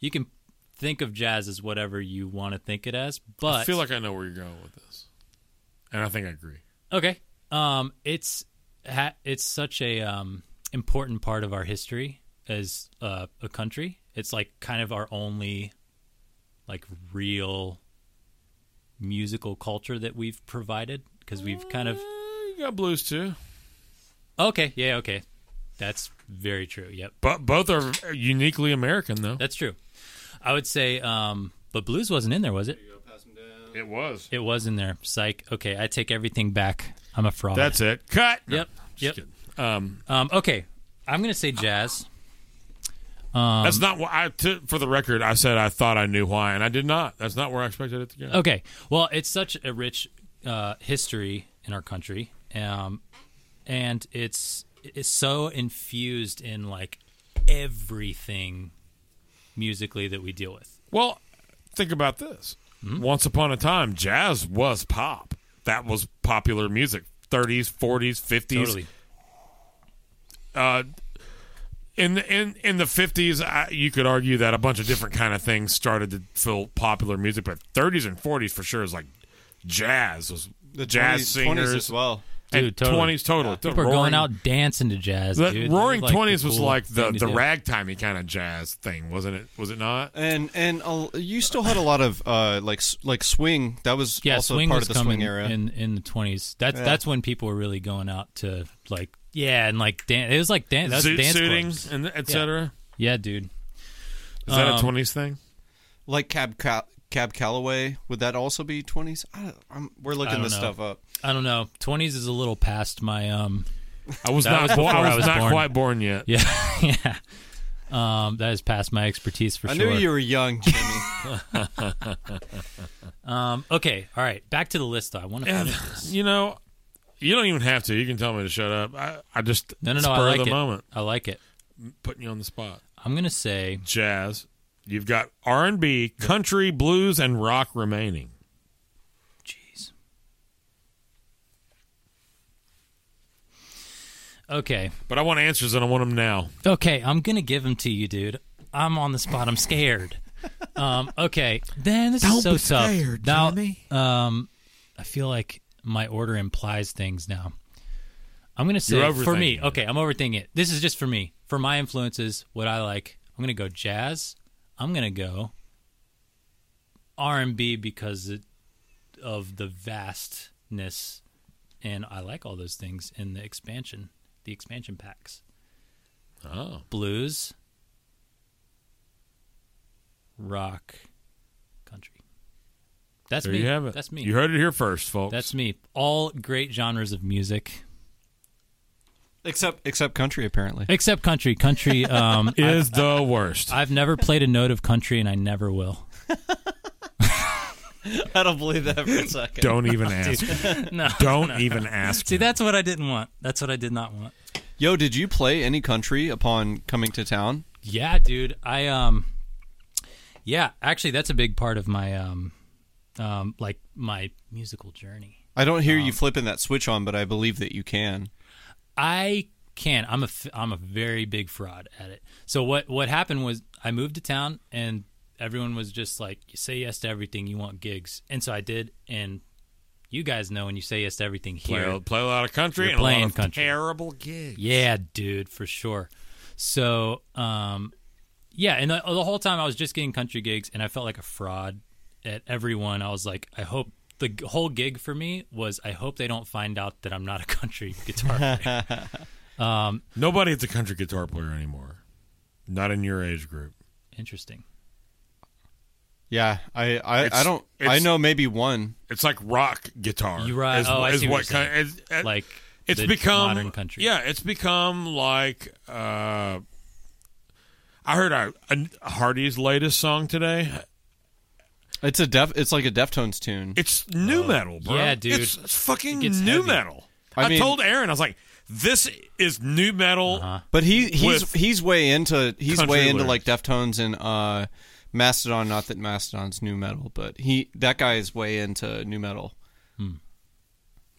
B: you can think of jazz as whatever you want to think it as, but
A: I feel like I know where you're going with this, and I think I agree.
B: okay, um it's ha- it's such a um important part of our history as uh, a country. It's like kind of our only like real musical culture that we've provided because we've kind of
A: Eh, You got blues too, Ah.
B: Okay, yeah, okay. That's very true. Yep.
A: but both are uniquely American, though.
B: That's true. I would say um but blues wasn't in there, was it?
A: It was.
B: It was in there. Psych. Okay, I take everything back. I'm a fraud.
A: That's it. Cut.
B: Yep.
A: Just
B: Yep.
A: kidding. Um,
B: Um okay. I'm going to say jazz.
A: that's not what I. To, for the record, I said I thought I knew why, and I did not. That's not where I expected it to go.
B: Okay. Well, it's such a rich uh, history in our country, um, and it's it's so infused in like everything musically that we deal with.
A: Well, think about this. Once upon a time, jazz was pop. That was popular music. 30s, 40s, 50s.
B: Totally.
A: Uh, in the, in in the fifties, you could argue that a bunch of different kind of things started to fill popular music, but thirties and forties for sure is like jazz was the jazz
C: 20s, 20s
A: singers
C: as well.
A: and
B: Dude, totally.
A: twenties totally. The
B: People are
A: roaring-
B: going out dancing to jazz.
A: The
B: dude. That
A: Roaring
B: was, like, the
A: Twenties was
B: cool
A: like the
B: thing to
A: the
B: do.
A: ragtimey kind of jazz thing, wasn't it? Was it not?
C: And and uh, you still had a lot of uh, like s- like swing. That was
B: Yeah,
C: also
B: swing
C: part
B: was
C: of the
B: coming
C: swing era.
B: in in the twenties. That's
C: Yeah.
B: that's when people were really going out to like yeah and like dance. It was like dan- that was
A: Zoot
B: dance.
A: suiting
B: clubs.
A: and etc.
B: Yeah, dude.
A: Is that a
B: Um,
A: twenties thing?
C: like Cab Ca- Cab Calloway. Would that also be twenties? I'm, we're looking
B: don't
C: this
B: know.
C: stuff up.
B: I don't know. Twenties is a little past my um.
A: I was
B: that
A: not.
B: was
A: bo-
B: before
A: I
B: I
A: was,
B: was
A: not
B: born.
A: quite born yet.
B: Yeah, yeah. Um, that is past my expertise for
C: I
B: sure.
C: knew you were young, Jimmy.
B: um, okay, all right. Back to the list. though. I want to
A: And,
B: finish this.
A: you know, you don't even have to. You can tell me to shut up. I, I just
B: No, no, no.
A: spur
B: I like
A: of the
B: it.
A: moment,
B: I like it.
A: putting you on the spot.
B: I'm gonna say
A: Jazz. You've got R and B, country, blues, and rock remaining.
B: Jeez. Okay.
A: But I want answers, and I want them now.
B: Okay, I'm gonna give them to you, dude. I'm on the spot. I'm scared. um, okay, then this is so tough. now, um, I feel like my order implies things now. I'm gonna say
A: You're
B: for
A: overthinking
B: me.
A: it.
B: Okay, I'm overthinking it. This is just for me. For my influences, what I like. I'm gonna go jazz. I'm gonna go R&B because it, of the vastness, and I like all those things in the expansion, the expansion packs
A: Oh,
B: blues, rock, country. That's
A: there
B: me.
A: you have it.
B: That's me.
A: You heard it here first, folks.
B: That's me. All great genres of music
C: except except country, apparently.
B: except country. Country. Um,
A: is the worst.
B: I've never played a note of country, and I never will.
C: I don't believe that for a second.
A: don't even ask.
B: No.
A: Don't even ask.
B: See,
A: me.
B: that's what I didn't want. That's what I did not want.
C: Yo, did you play any country upon coming to town?
B: Yeah, dude. I um yeah, actually that's a big part of my um um like my musical journey.
C: I don't hear you flipping that switch on, but I believe that you can.
B: I can. I'm a f- I'm a very big fraud at it. So what what happened was I moved to town and everyone was just like, you say yes to everything, you want gigs, and so I did. And you guys know when you say yes to everything here,
A: play, play a lot of country
B: You're
A: and a lot
B: playing
A: of
B: country.
A: terrible gigs.
B: Yeah, dude, for sure. So, um, yeah, and the, the whole time I was just getting country gigs, and I felt like a fraud at everyone. I was like, I hope the g- whole gig for me was, I hope they don't find out that I'm not a country guitar player.
A: Nobody at a country guitar player anymore. Not in your age group.
B: Interesting.
C: Yeah, I I,
A: It's-
C: I don't. I
A: it's-
C: know maybe one.
A: It's like rock guitar.
B: You're right.
A: Is,
B: Oh, I
A: is
B: see what
A: what
B: you're
A: kind- is- uh,
B: Like
A: it's
B: the
A: become
B: modern country.
A: Yeah, it's become like. Uh, I heard a, a Hardy's latest song today.
C: It's a def. It's like a Deftones tune.
A: It's new metal, bro.
B: Oh. yeah, dude.
A: It's, it's fucking
B: It gets
A: new
B: heavy.
A: metal. I,
C: I mean-
A: told Aaron, I was like, "This is new metal."
B: Uh-huh.
C: But he he's
A: With
C: he's way into he's
A: country
C: way into
A: lyrics.
C: like Deftones and uh Mastodon. Not that Mastodon's new metal, but he that guy is way into new metal.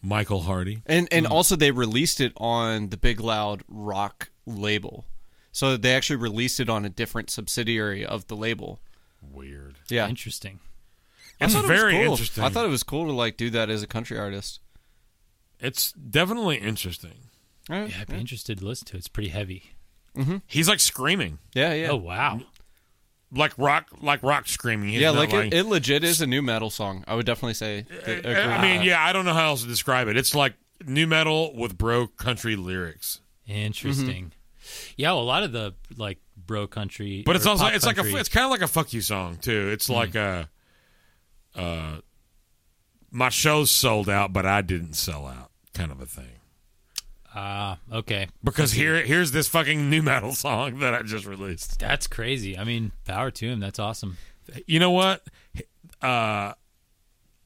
A: Michael Hardy.
C: And and
A: Hmm.
C: also they released it on the Big Loud Rock label, so they actually released it on a different subsidiary of the label.
A: Weird.
C: Yeah,
B: Interesting.
C: I
A: It's
C: thought it was
A: very
C: cool.
A: interesting.
C: I thought it was cool to like do that as a country artist.
A: it's definitely interesting.
C: Yeah,
B: Yeah, I'd be
C: yeah,
B: interested to listen to. it. It's pretty heavy.
A: He's like screaming,
C: yeah.
B: Oh wow.
A: like rock, like rock screaming. He's
C: Yeah,
A: not
C: like it, it legit is a new metal song. I would definitely say. that- agree
A: Uh, I
C: with
A: mean,
C: that.
A: yeah, I don't know how else to describe it. It's like new metal with bro country lyrics,
B: Interesting. Yeah, well, a lot of the like bro country,
A: Mm-hmm. but
B: or
A: it's also
B: pop
A: it's like
B: country-
A: a it's kind of like a fuck you song too. It's like a, uh, my show's sold out, but I didn't sell out kind of a thing.
B: ah okay.
A: Because here here's this fucking new metal song that I just released.
B: That's crazy. I mean, power to him. That's awesome.
A: You know what? Uh,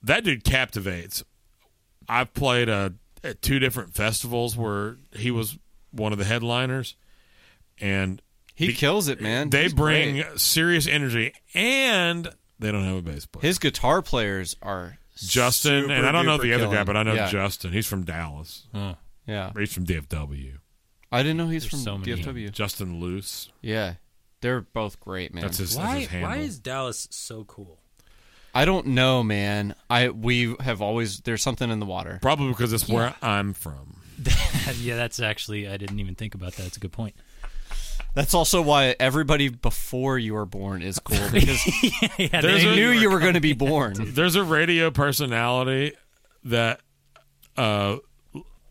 A: that dude captivates. I've played uh at two different festivals where he was one of the headliners, and
C: he kills it, man.
A: They
C: He's
A: bring
C: great.
A: serious energy, and they don't have a bass player.
C: his guitar players are
A: Justin, and I don't know
C: super-duper
A: the other guy,
C: killing.
A: but I know
C: Yeah.
A: Justin. He's from Dallas.
B: Huh.
C: Yeah,
A: He's from DFW.
C: I didn't know he's
B: There's
C: from
B: so many.
C: DFW.
A: Justin Luce.
C: Yeah, they're both great, man.
A: That's his, that's
B: Why?
A: his handle.
B: Why is Dallas so cool?
C: I don't know, man. I we have always there's something in the water.
A: Probably because it's where I'm from.
B: yeah, that's actually I didn't even think about that. It's a good point.
C: That's also why everybody before you were born is cool because
B: yeah,
A: There's
C: they
A: a-
C: knew you were going to be born.
A: There's a radio personality that uh,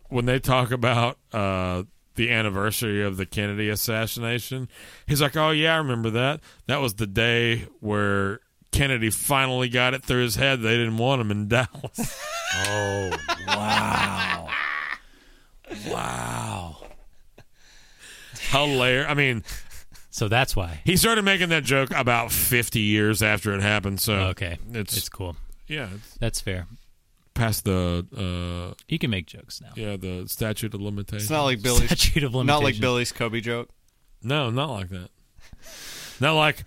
A: when they talk about uh, the anniversary of the Kennedy assassination, he's like, "Oh yeah, I remember that. That was the day where Kennedy finally got it through his head they didn't want him in Dallas."
B: oh wow, wow.
A: Hilarious. I mean,
B: So that's why.
A: he started making that joke about 50 years after it happened. So
B: Okay,
A: it's,
B: it's, cool.
A: yeah, it's
B: That's fair.
A: past the uh,
B: You can make jokes now.
A: yeah the statute of limitations.
C: It's not like Billy's
B: Statute of
C: not like
B: limitations.
C: Billy's Kobe joke.
A: No, not like that. Not like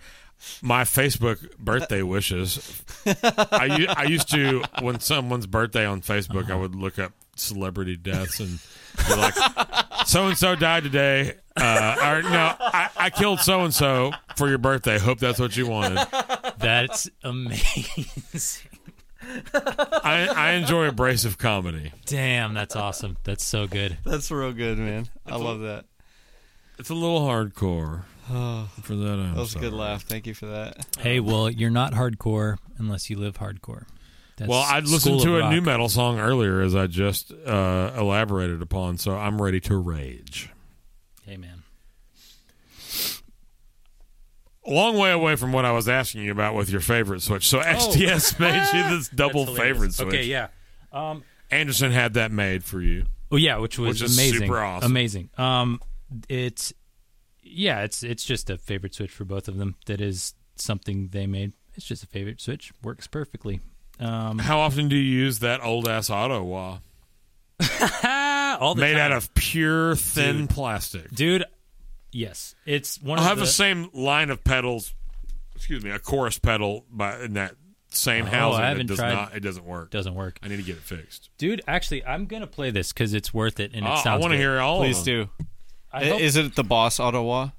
A: my Facebook birthday wishes. I, u- I used to, when someone's birthday on Facebook, I would look up celebrity deaths and be like, so and so died today. Uh, or, no, I, I killed so and so for your birthday. Hope that's what you wanted.
B: That's amazing.
A: I, I enjoy abrasive comedy.
B: Damn, that's awesome. That's so good.
C: That's real good, man. I love that.
A: It's a little hardcore. for that, i
C: That was a good laugh. Thank you for that.
B: Hey, well, you're not hardcore unless you live hardcore. That's
A: Well, I listened
B: school
A: to
B: of
A: a
B: rock.
A: new metal song earlier, as I just uh, elaborated upon, so I'm ready to rage.
B: Hey, man.
A: A long way away from what I was asking you about with your favorite switch. So XTS made you this double
B: Oh. That's hilarious.
A: favorite switch.
B: Okay, yeah.
A: Anderson had that made for you.
B: Oh yeah, which was
A: Which is
B: amazing.
A: super awesome.
B: Amazing. Um, it's yeah, it's it's just a favorite switch for both of them. That is something they made. It's just a favorite switch. Works perfectly. Um,
A: How often do you use that old ass auto wah?
B: all the
A: Made
B: time.
A: out of pure thin plastic.
B: dude. Yes, it's one
A: I'll
B: of
A: have
B: the
A: the same line of pedals. Excuse me, a chorus pedal, but in that same housing,
B: Oh, I
A: it
B: haven't
A: does
B: tried-
A: not. It doesn't work.
B: doesn't work,
A: I need to get it fixed.
B: dude. Actually, I'm gonna play this because it's worth it and it
A: Oh,
B: sounds.
A: I want to
B: good.
A: hear all.
C: Please
A: of them.
C: do.
B: I hope-
C: Is it the boss Ottawa?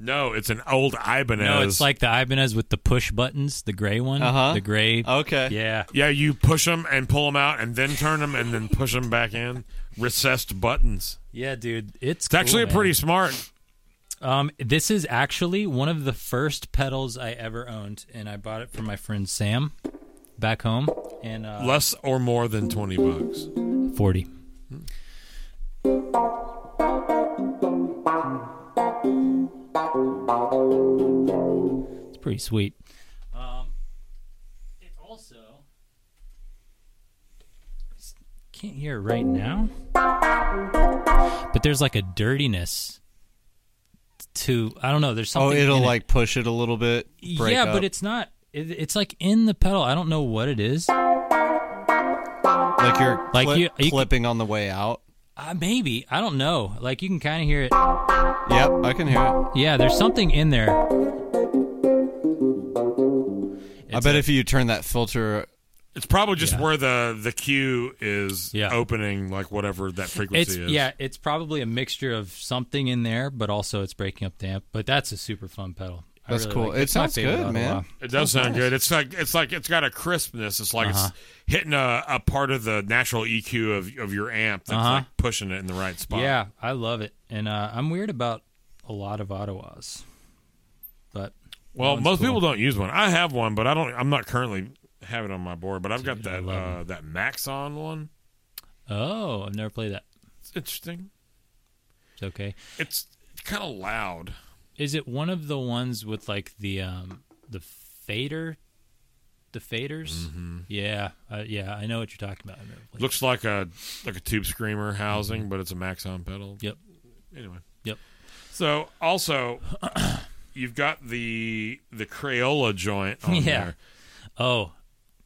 A: No, it's an old Ibanez.
B: no, it's like the Ibanez with the push buttons, the gray one,
C: Uh-huh.
B: the gray.
C: Okay.
B: Yeah,
A: Yeah, you push them and pull them out, and then turn them, and then push them back in. Recessed buttons.
B: yeah, dude. It's,
A: It's actually
B: cool, man.
A: pretty smart.
B: Um, this is actually one of the first pedals I ever owned, and I bought it from my friend Sam back home. And uh,
A: Less or more than twenty bucks.
B: forty. It's pretty sweet. Um, it also can't hear it right now, but there's like a dirtiness to I don't know. There's
C: Oh,
B: something.
C: it'll
B: in it.
C: like push it a little bit. break
B: yeah,
C: up.
B: but it's not. It, it's like in the pedal. I don't know what it is.
C: like you're
B: Like
C: cli-
B: you- you-
C: clipping on the way out.
B: Uh, maybe I don't know. Like you can kind of hear it.
C: Yep, I can hear it.
B: Yeah, there's something in there.
C: I
B: It's
C: bet
B: a-
C: if you turn that filter,
A: It's probably just
B: Yeah.
A: where the the cue is
B: Yeah.
A: opening, like whatever that frequency
B: it's
A: is.
B: yeah, it's probably a mixture of something in there, but also it's breaking up the amp. But that's a super fun pedal. I
C: That's
B: really
C: cool.
B: like
C: It
B: It's my
C: sounds
B: favorite
C: good,
B: out of
C: man.
B: all.
A: it does sound good. It's like it's like it's got a crispness. It's like
B: Uh-huh.
A: it's hitting a, a part of the natural EQ of of your amp that's
B: Uh-huh.
A: like pushing it in the right spot.
B: Yeah, I love it, and uh, I'm weird about a lot of Ottawas, but
A: Well,
B: one's
A: most
B: cool.
A: people don't use one. I have one, but I don't. I'm not currently have it on my board. But I've got
B: Dude, I
A: that
B: love
A: uh, that Maxon one.
B: oh, I've never played that.
A: It's interesting.
B: It's okay.
A: It's kind of loud.
B: Is it one of the ones with like the um the fader, the faders?
C: Mm-hmm.
B: Yeah, uh, yeah, I know what you're talking about. I remember playing-
A: Looks like a like a tube screamer housing, but it's a Maxon pedal.
B: Yep.
A: Anyway.
B: Yep.
A: So also, you've got the the Crayola joint on
B: Yeah.
A: there.
B: Oh,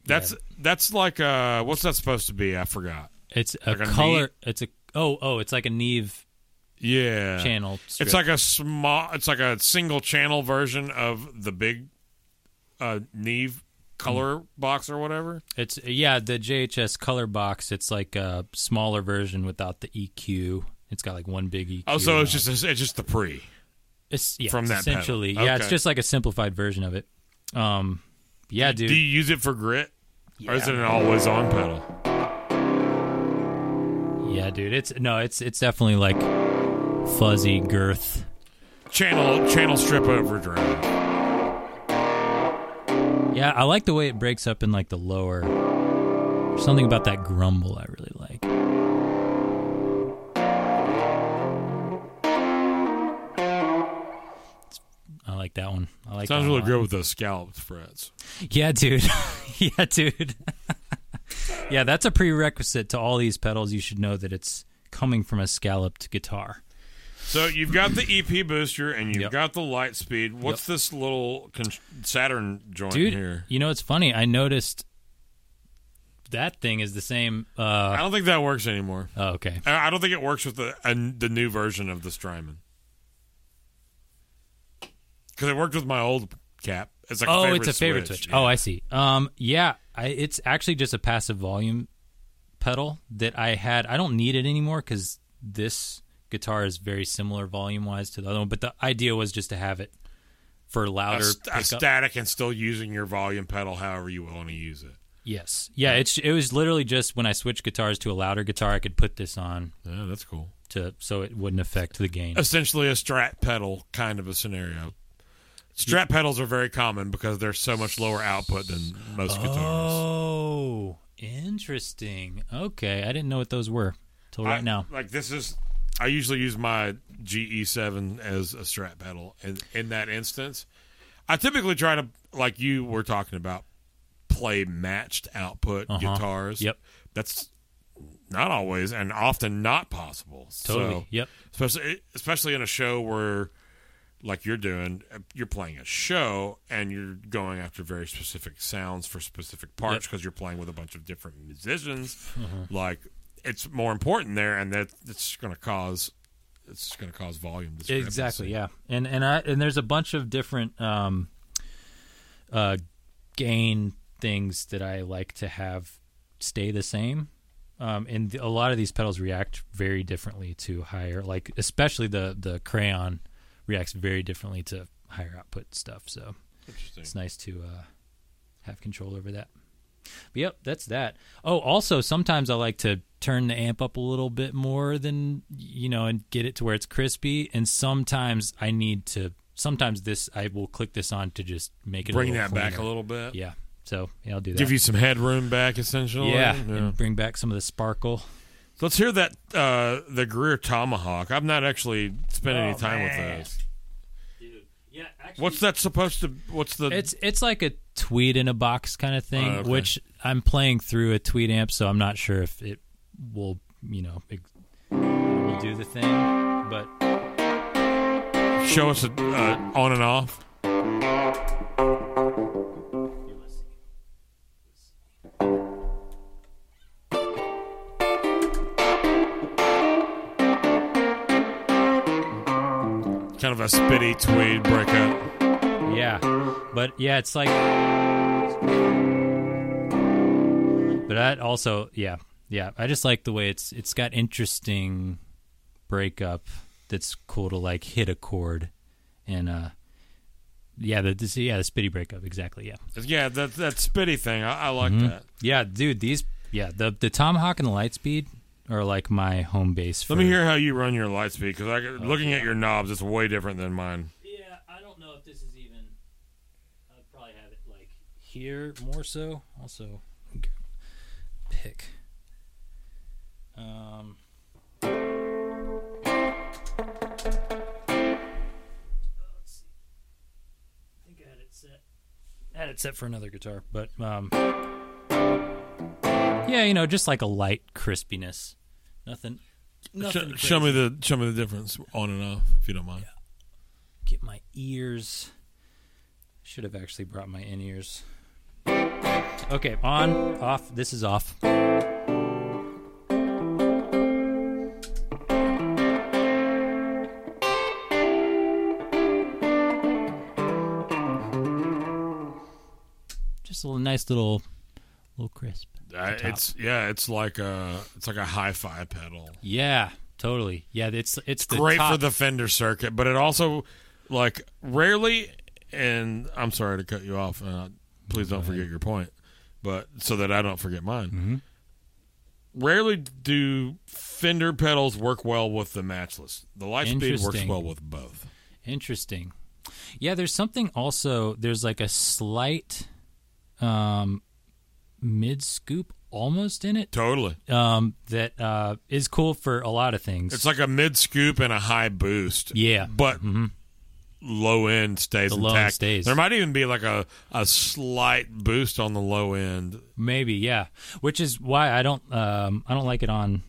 A: That's that's like uh what's that supposed to be? I forgot.
B: it's a
A: Like a
B: color.
A: Neve?
B: It's a oh oh, it's like a Neve
A: Yeah.
B: channel.
A: It's
B: strip.
A: like a small. It's like a single channel version of the big uh Neve color
B: Mm.
A: box or whatever.
B: it's yeah the JHS color box. It's like a smaller version without the EQ E It's got like one big EQ.
A: Oh, so it's
B: knob.
A: just it's just the pre.
B: It's- yeah,
A: from
B: it's
A: that pedal.
B: essentially. Yeah, it's
A: Okay.
B: just like a simplified version of it. Um, yeah, dude.
A: Do you use it for grit, or is it an always on pedal?
B: Yeah, dude. It's no, it's it's definitely like fuzzy girth.
A: Channel channel strip overdrive.
B: Yeah, I like the way it breaks up in like the lower. There's something about that grumble I really like. It's- I like that one. I like
A: Sounds
B: that
A: really
B: one. a lot.
A: good with those scalloped frets.
B: Yeah, dude. yeah, dude. yeah, that's a prerequisite to all these pedals. You should know that it's coming from a scalloped guitar.
A: So you've got the EP booster and you've
B: Yep.
A: got the light speed. What's this little con- Saturn joint
B: Dude,
A: here?
B: you know it's funny. I noticed that thing is the same
A: I
B: uh
A: don't think that works anymore.
B: oh, okay.
A: I I don't think it works with the uh, the new version of the Strymon. Because it worked with my old cap. It's like a
B: Oh,
A: favorite
B: it's a favorite switch.
A: yeah.
B: Oh, I see. Um yeah, I, it's actually just a passive volume pedal that I had. I don't need it anymore cuz this guitar is very similar volume-wise to the other one, but the idea was just to have it for
A: A
B: louder
A: st- a
B: pickup.
A: static and still using your volume pedal however you want to use it.
B: Yes. Yeah, it's it was literally just when I switched guitars to a louder guitar, I could put this on
A: Yeah, that's cool.
B: to so it wouldn't affect the gain.
A: Essentially, a strat pedal kind of a scenario. Strat pedals are very common because they're so much lower output than most guitars.
B: Oh, interesting. Okay, I didn't know what those were till right
A: I-
B: now.
A: like this is. I usually use my GE7 as a strat pedal, and in that instance, I typically try to, like you were talking about, play matched output guitars.
B: Uh-huh. Yep.
A: that's not always and often not possible.
B: Totally.
A: So-
B: Yep.
A: especially especially in a show where like you're doing you're playing a show and you're going after very specific sounds for specific parts because you're playing with a bunch of different musicians
B: Mm-hmm.
A: like it's more important there and that it's going to cause it's just going to cause volume discrepancy.
B: Exactly. Yeah. And and I and there's a bunch of different um, uh, gain things that I like to have stay the same. Um, and a lot of these pedals react very differently to higher, like especially the the crayon reacts very differently to higher output stuff. So
A: Interesting.
B: it's nice to uh, have control over that. But yep, that's that. Oh, also sometimes I like to turn the amp up a little bit more than you know and get it to where it's crispy. And sometimes I need to. Sometimes this I will click this on to just make it a
A: bring
B: little
A: that back a
B: cleaner.
A: little bit
B: Yeah. So yeah, I'll do that.
A: give you some headroom back essentially
B: yeah, and bring back some of the sparkle.
A: So let's hear that uh the Greer tomahawk i've not actually spent
B: Oh,
A: any time with those
B: Yeah, actually,
A: what's that supposed to what's the
B: It's it's like a tweed in a box kind of thing,
A: Oh, okay.
B: which I'm playing through a tweed amp, so I'm not sure if it will, you know, it will do the thing. But
A: show us a, uh, on and off kind of a spitty tweed breakup.
B: yeah, but yeah, it's like. But that also, yeah, yeah, I just like the way it's it's got interesting breakup that's cool to like hit a chord, and uh, yeah, the this, yeah the spitty breakup exactly, yeah.
A: Yeah, that that spitty thing. I, I like that.
B: Yeah, dude, these yeah, the the Tomahawk and the Lightspeed are like my home base. For,
A: Let me hear how you run your light speed because I looking at your knobs, it's way different than mine.
B: Yeah, I don't know if this is even. I probably have it like here more so. Also, pick. Um. Oh, let's see. I think I had it set. I had it set for another guitar, but um. Yeah, you know, just like a light crispiness, nothing. Nothing.
A: Sh- show
B: crazy
A: me the show me the difference on and off if you don't mind.
B: get my ears. Should have actually brought my in ears. Okay, on, off. This is off. Just a little nice little, little crisp.
A: Uh, it's yeah, it's like a it's like a hi-fi pedal.
B: Yeah, totally. Yeah, it's it's the
A: great
B: top-
A: for the fender circuit, but it also like rarely. And I'm sorry to cut you off. Uh, please don't forget your point, but so that I don't forget mine.
B: Mm-hmm.
A: Rarely do fender pedals work well with the matchless. The Lightspeed works
B: Interesting.
A: well with both.
B: Interesting. Yeah, there's something also there's like a slight um mid scoop almost in it
A: Totally,
B: um that uh is cool for a lot of things.
A: it's like a mid scoop and a high boost.
B: Yeah.
A: but low end stays
B: Mm-hmm. The low
A: intact.
B: end stays.
A: There might even be like a a slight boost on the low end.
B: Maybe, yeah. Which is why I don't um I don't like it on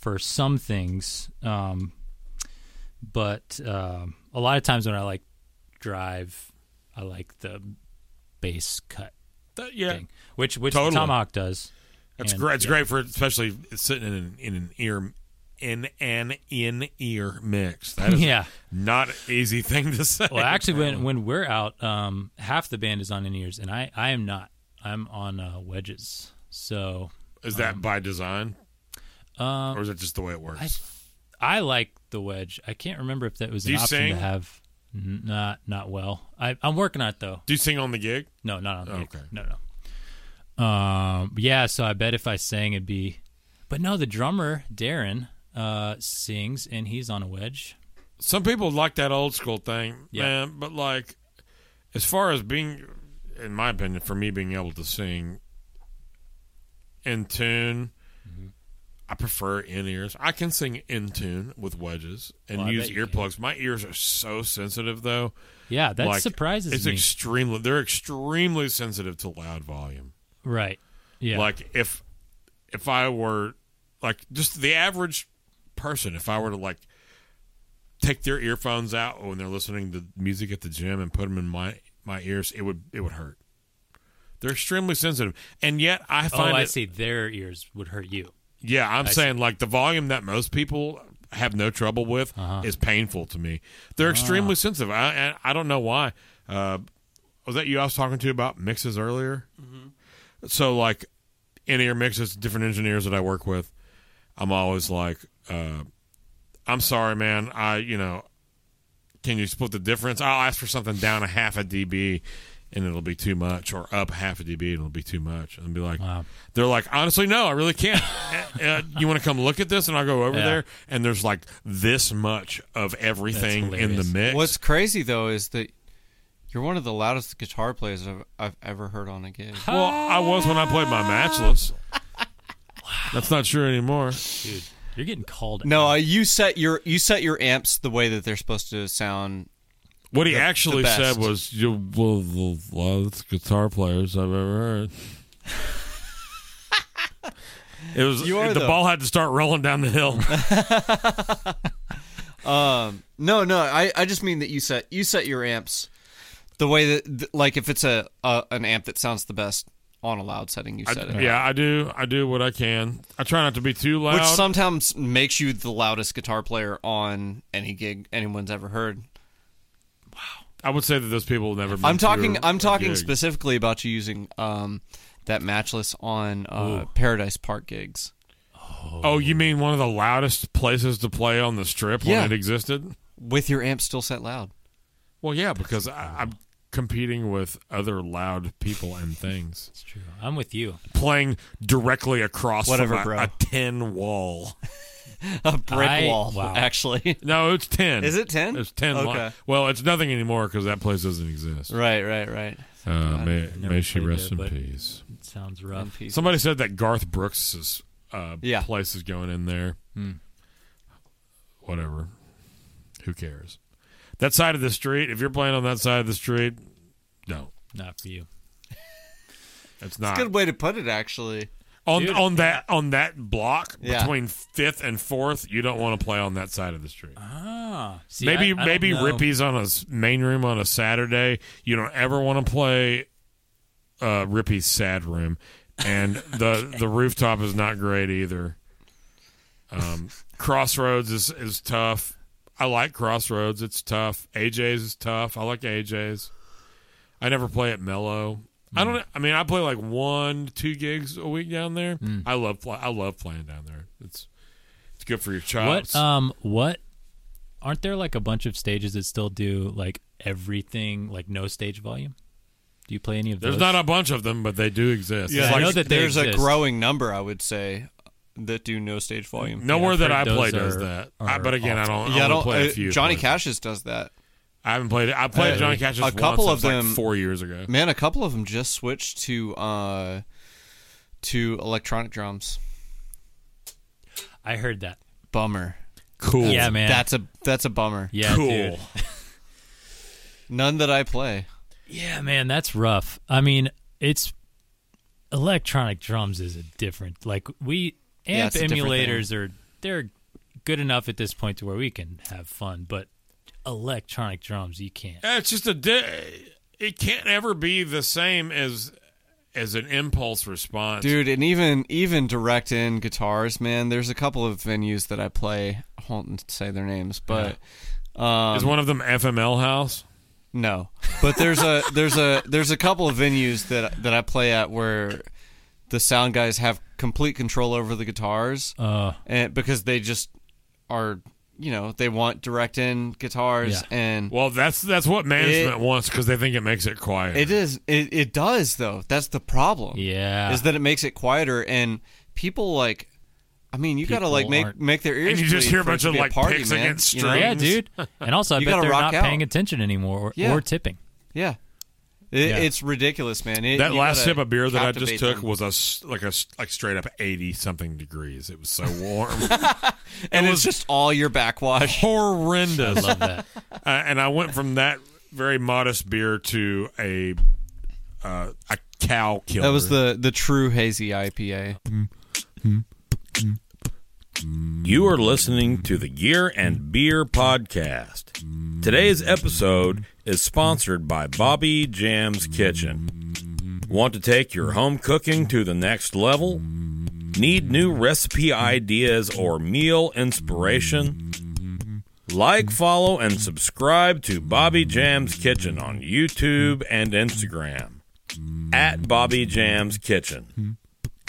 B: for some things. Um but um a lot of times when I like drive I like the bass cut
A: That- yeah,
B: thing. Which which
A: Totally.
B: the Tomahawk does.
A: It's
B: And-
A: great. It's great for especially sitting in an, in an ear in an in ear mix. That is
B: Yeah.
A: not an easy thing to say.
B: Well, actually, when when we're out, um, half the band is on in ears, and I I am not. I'm on uh, wedges. So
A: is that by design
B: um,
A: or is it just the way it works?
B: I I like the wedge. I can't remember if that was
A: Do
B: an
A: you
B: option
A: sing?
B: to have. N- Not not well. I I'm working on it though.
A: Do you sing on the gig?
B: No, not on. The
A: Okay.
B: No, no. Um. Yeah. So I bet if I sang, it'd be. But no, the drummer Darren uh sings and he's on a wedge.
A: Some people like that old school thing,
B: Yeah.
A: man. But like, as far as being, in my opinion, for me being able to sing in tune.
B: Mm-hmm.
A: I prefer in ears. I can sing in tune with wedges and
B: Well, I
A: use
B: bet you can.
A: earplugs. My ears are so sensitive, though.
B: Yeah, that
A: like,
B: surprises
A: it's
B: me.
A: extremely they're extremely sensitive to loud volume
B: right. Yeah.
A: like if if i were like just the average person if i were to like take their earphones out when they're listening to music at the gym and put them in my my ears it would it would hurt they're extremely sensitive and yet i
B: oh,
A: find
B: I
A: it-
B: see. Their ears would hurt you.
A: yeah, I'm saying like the volume that most people have no trouble with
B: Uh-huh.
A: is painful to me.
B: Ah.
A: They're extremely sensitive. I and I don't know why. Uh, was that you I was talking to about mixes earlier?
B: Mm-hmm.
A: So like in ear mixes, different engineers that I work with, I'm always like, uh, I'm sorry, man. I you know, can you split the difference? I'll ask for something down a half a dB and it'll be too much, or up half a dB and it'll be too much. And be like, they're like, honestly, no, I really can't. uh, you want to come look at this? And I'll go over
B: Yeah.
A: there. And there's like this much of everything in the
B: hilarious.
A: mix.
C: What's crazy though is that you're one of the loudest guitar players I've, I've ever heard on a gig.
A: well, I was when I played my matchless. That's not true anymore.
B: Dude, you're getting called
C: No,
B: out.
C: uh, you set your you set your amps the way that they're supposed to sound.
A: What he actually
C: best.
A: said was, "You're one of the loudest guitar players I've ever heard." it was
C: You are,
A: the
C: though.
A: ball had to start rolling down the hill.
C: Um, no, no, I, I just mean that you set you set your amps the way that th- like if it's a, a an amp that sounds the best on a loud setting, you
A: I-
C: set it.
A: yeah, I do. I do what I can. I try not to be too loud.
C: Which sometimes makes you the loudest guitar player on any gig anyone's ever heard.
A: I would say that those people have never.
C: I'm
A: been to a-
C: talking. I'm
A: a
C: talking
A: gig.
C: specifically about you using um, that matchless on uh, Paradise Park gigs.
A: Oh, you mean one of the loudest places to play on the strip
C: Yeah.
A: when it existed?
C: with your amp still set loud.
A: Well, yeah, because I, I'm competing with other loud people and things.
B: It's true. I'm with you.
A: Playing directly across
C: Whatever,
A: from a,
C: bro.
A: a ten wall.
C: A brick
B: I-
C: wall,
B: wow.
C: actually.
A: No, it's ten.
C: Is it 10?
A: It's ten.
C: Okay.
A: li- well, it's nothing anymore because that place doesn't exist.
C: right, right, right.
A: Uh, may
B: Never
A: may she
B: played
A: rest
B: it,
A: in
B: but-
A: peace.
B: It sounds
C: In
B: rough.
C: peace.
A: Somebody said that Garth Brooks's uh,
C: Yeah. Hmm.
A: place is going in there. Whatever. Who cares? That side of the street. If you're playing on that side of the street, no,
B: Not for you.
A: it's not.
C: Good way to put it, actually.
A: on
B: Dude,
A: on that on that block
C: Yeah.
A: between fifth and fourth, you don't want to play on that side of the street.
B: Ah, see,
A: maybe
B: I- I
A: maybe
B: don't know.
A: Rippy's on a s- main room on a Saturday. You don't ever want to play uh, Rippy's sad room, and the the rooftop is not great either. Um, Crossroads is is tough. I like Crossroads. It's tough. AJ's is tough. I like AJ's. I never play at Mellow. I
B: Mm.
A: don't. I mean, I play like
B: Mm.
A: one, two gigs a week down there. I love. pl- I love playing down there. It's It's good for your child.
B: What um what aren't there like a bunch of stages that still do like everything like no stage volume? Do you play any of
A: There's
B: those?
A: not a bunch of them, but they do exist.
B: Yeah,
A: It's
B: I
A: like-
B: know that they
C: there's
B: exist.
C: a growing number, I would say, that do no stage volume.
A: nowhere
B: I've
A: that I
B: heard
A: play
B: those
A: does
B: are-
A: that. I,
B: are
A: but again, I don't. I
C: yeah, I
A: only
C: don't,
A: play
C: uh,
A: a few.
C: Johnny
A: but
C: Cashes does that.
A: I haven't played it. I played
C: Uh,
A: Johnny Cash's
C: a couple
A: once.
C: of
A: That was
C: them-
A: like four years ago.
C: Man, a couple of them just switched to uh, to electronic drums.
B: I heard that.
C: Bummer.
A: Cool.
B: Yeah, man.
C: That's a that's a bummer.
B: yeah,
A: cool.
B: dude.
C: None that I play.
B: Yeah, man, that's rough. I mean, it's electronic drums is a different like we
C: Yeah,
B: amp
C: it's a different
B: emulators are they're good enough at this point to where we can have fun, but electronic drums you can't.
A: Yeah, It's just a. Di- it can't ever be the same as as an impulse response.
C: Dude, and even even direct in guitars, man. There's a couple of venues that I play. I won't say their names, but
A: is
C: um,
A: one of them FML House?
C: no. But there's a there's a there's a couple of venues that that I play at where the sound guys have complete control over the guitars,
B: Uh
C: and because they just are, you know, they want direct in guitars,
B: Yeah.
C: and
A: Well, that's that's what management wants because they think it makes it quiet.
C: it is it it does though. That's the problem.
B: yeah.
C: is that it makes it quieter and people like I mean, you gotta like
B: People
C: make
B: aren't-
C: make their ears.
A: And you just
C: bleed
A: hear a
C: for it
A: bunch
C: to
A: of,
C: be
A: like,
C: party,
A: picks
C: man,
A: against
C: you know?
A: strings.
B: yeah, dude. And also, I
C: You
B: bet
C: gotta
B: they're
C: rock
B: not
C: out.
B: paying attention anymore or,
C: Yeah.
B: or tipping.
C: Yeah, It-
B: Yeah.
C: it's ridiculous, man. It-
A: that
C: you
A: last
C: gotta
A: sip of beer that I just
C: captivate
A: took
C: them.
A: was a s- like a s- like straight up eighty something degrees. It was so warm,
C: and
A: it
C: it's
A: was-
C: just all your backwash.
B: I
A: horrendous.
B: love that.
A: uh, and I went from that very modest beer to a uh, a cow killer.
C: That was the the true hazy IPA.
E: You are listening to the Gear and Beer Podcast. Today's episode is sponsored by Bobby Jam's Kitchen. Want to take your home cooking to the next level? Need new recipe ideas or meal inspiration? Like, follow, and subscribe to Bobby Jam's Kitchen on YouTube and Instagram. At Bobby Jam's Kitchen.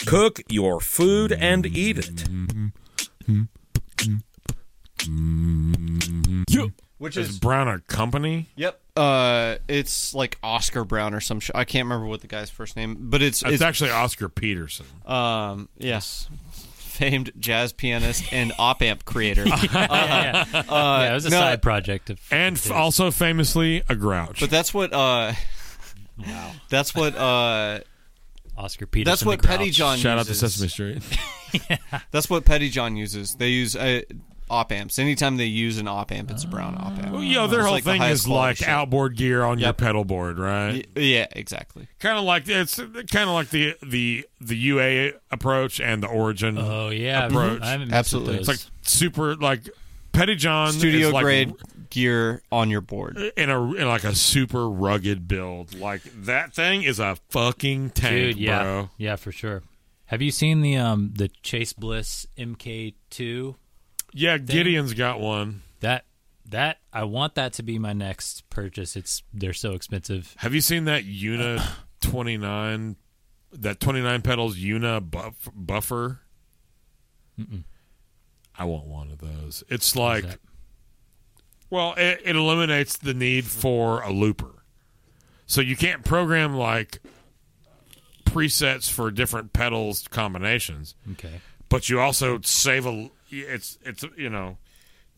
E: Cook your food and eat it.
C: Which
A: is Brown a company?
C: yep. Uh, it's like Oscar Brown or some. Sh- I can't remember what the guy's first name, but it's
A: It's,
C: it's
A: actually Oscar Peterson.
C: um yes, famed jazz pianist and op amp creator.
B: yeah, yeah. Yeah, it was a
C: Uh, no.
B: side project of
A: And f-
B: of
A: also famously a grouch.
C: But that's what. uh That's what. uh
B: Oscar Peterson.
C: That's what
B: the Grouch.
C: Petty John.
A: Shout out to
C: uses.
A: Sesame Street.
C: That's what Petty John uses. They use uh, op amps. Anytime they use an op amp, it's a brown op amp.
A: Well, you know, their
C: Oh, It's
A: whole
C: like the
A: thing
C: highest
A: is
C: quality
A: like
C: shit.
A: outboard gear on
C: Yep.
A: your pedal board, right?
C: Y- Yeah, exactly.
A: Kind of like it's kind of like the the the UA approach and the Origin.
C: Uh-huh.
B: Oh yeah,
A: Approach.
B: I haven't
C: Absolutely.
B: Absolutely.
A: it's like super like Petty John is
C: Studio
A: like
C: grade gear on your board.
A: in a in like a super rugged build. Like that thing is a fucking tank,
B: dude, yeah,
A: bro.
B: yeah, for sure. Have you seen the um the Chase Bliss MK2?
A: Yeah, Gideon's got one.
B: That that I want that to be my next purchase. It's they're so expensive.
A: Have you seen that
B: Uh.
A: Una twenty nine? That twenty nine pedals Una buff, buffer. I want one of those. It's like,
B: that?
A: well, it, it eliminates the need for a looper, so you can't program like presets for different pedals combinations.
B: Okay,
A: but you also save a it's it's you know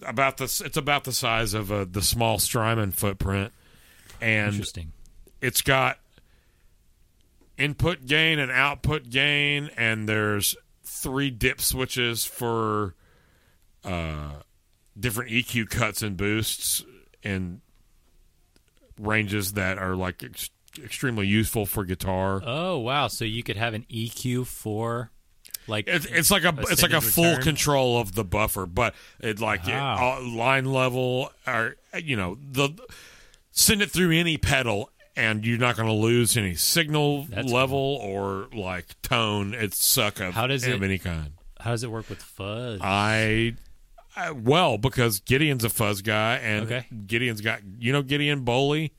A: about this it's about the size of a, the small Strymon footprint and
B: interesting.
A: it's got input gain and output gain and there's three dip switches for uh different EQ cuts and boosts and ranges that are like ex- extremely useful for guitar
B: Oh wow, so you could have an EQ for like
A: It's, it's like a it's like a
B: Ascended
A: full
B: return?
A: control of the buffer, but it like it-
B: Ah.
A: uh, line level or you know the send it through any pedal and you're not going to lose any signal
B: That's
A: level or like tone. It's suck of
B: How does
A: of
B: it-
A: any kind.
B: how does it work with fuzz?
A: I, I well because Gideon's a fuzz guy and
B: Okay.
A: Gideon's got you know Gideon Bowley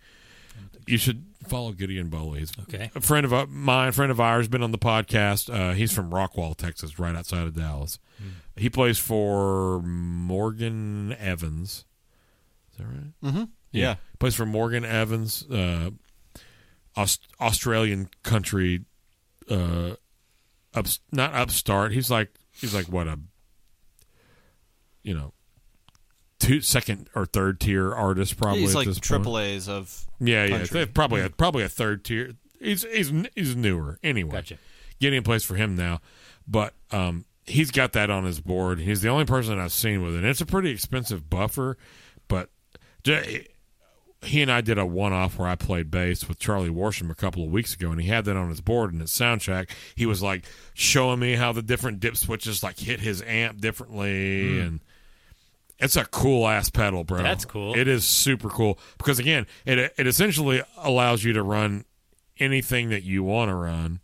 A: You should follow Gideon Bowley. He's
B: Okay.
A: a friend of uh, mine, friend of ours, been on the podcast. Uh, he's from Rockwall, Texas, right outside of Dallas.
B: Hmm.
A: He plays for Morgan Evans. Is that right?
C: Yeah.
A: Plays for Morgan Evans, uh, Aus- Australian country, uh, ups- not upstart. He's like he's like what a you know two second or third tier artist probably.
C: He's
A: at
C: like
A: this point.
C: triple A's of
A: Yeah, yeah,
C: country.
A: th- probably a, probably a third tier. He's he's he's newer anyway.
B: Gotcha.
A: Getting a place for him now, but um, he's got that on his board. He's the only person I've seen with it. It's a pretty expensive buffer, but j- he and I did a one-off where I played bass with Charlie Warsham a couple of weeks ago, and he had that on his board. And at soundtrack, he was like showing me how the different dip switches like hit his amp differently, and it's a cool ass pedal, bro.
B: Mm. That's cool.
A: It is super cool because again, it it essentially allows you to run anything that you want to run,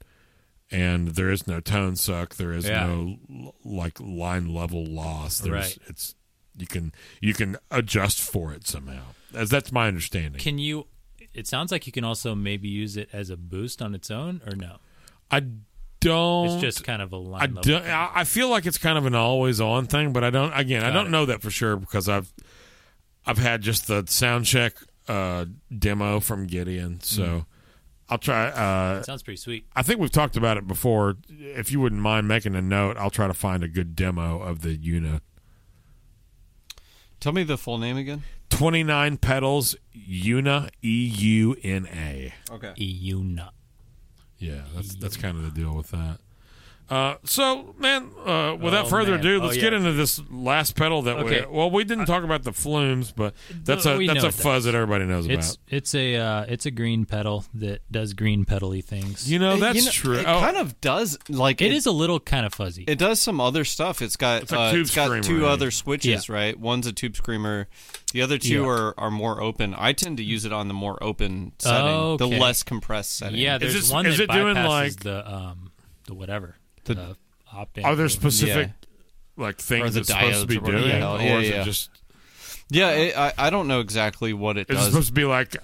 A: and there is no tone suck. There is
B: Yeah.
A: no l- like line level loss. There's,
B: Right.
A: It's you can you can adjust for it somehow. As that's my understanding.
B: Can you? It sounds like you can also maybe use it as a boost on its own, or no?
A: I don't.
B: It's just kind of a line.
A: I,
B: level
A: do,
B: thing.
A: I I feel like it's kind of an always on thing, but I don't. Again, I don't know that for sure because I've I've had just the sound check uh, demo from
B: Mm.
A: Gideon, so I'll try. Uh,
B: Sounds pretty sweet.
A: I think we've talked about it before. If you wouldn't mind making a note, I'll try to find a good demo of the unit.
C: Tell me the full name again.
A: 29 pedals Una E U N A.
C: Okay.
B: E Euna.
A: Yeah, that's that's kind of the deal with that. Uh, so, man, uh, without
B: Oh,
A: further
B: man.
A: ado,
B: Oh,
A: let's
B: yeah.
A: get into this last pedal that
B: Okay.
A: we. Well, we didn't talk about the flumes, but that's a
B: we
A: that's
B: know
A: a fuzz that everybody knows
B: It's
A: about.
B: it's a uh, it's a green pedal that does green pedally things.
A: You know, that's
C: You know,
A: true.
C: It
A: oh,
C: kind of does like
B: it is a little kind of fuzzy.
C: It does some other stuff. It's got
A: a
C: uh,
A: tube
C: it's got
A: screamer,
C: two
A: right?
C: other switches, right? One's a tube screamer. The other two
B: Yeah.
C: are, are more open. I tend to use it on the more open setting, the
B: Okay.
C: less compressed setting.
B: yeah,
A: Is
B: there's
A: this-
B: one
A: is
B: that
A: it doing,
B: bypasses
A: like-
B: the um the whatever
C: The-
B: the, opt-in.
A: are there
B: or-
A: specific
C: Yeah.
A: like things
C: the
A: that's supposed to
C: diodes
A: be
C: or whatever
A: doing,
C: the hell.
A: or
C: Yeah,
A: is it
C: yeah.
A: just
C: yeah. It, I I don't know exactly what it
A: is it
C: does.
A: supposed to be like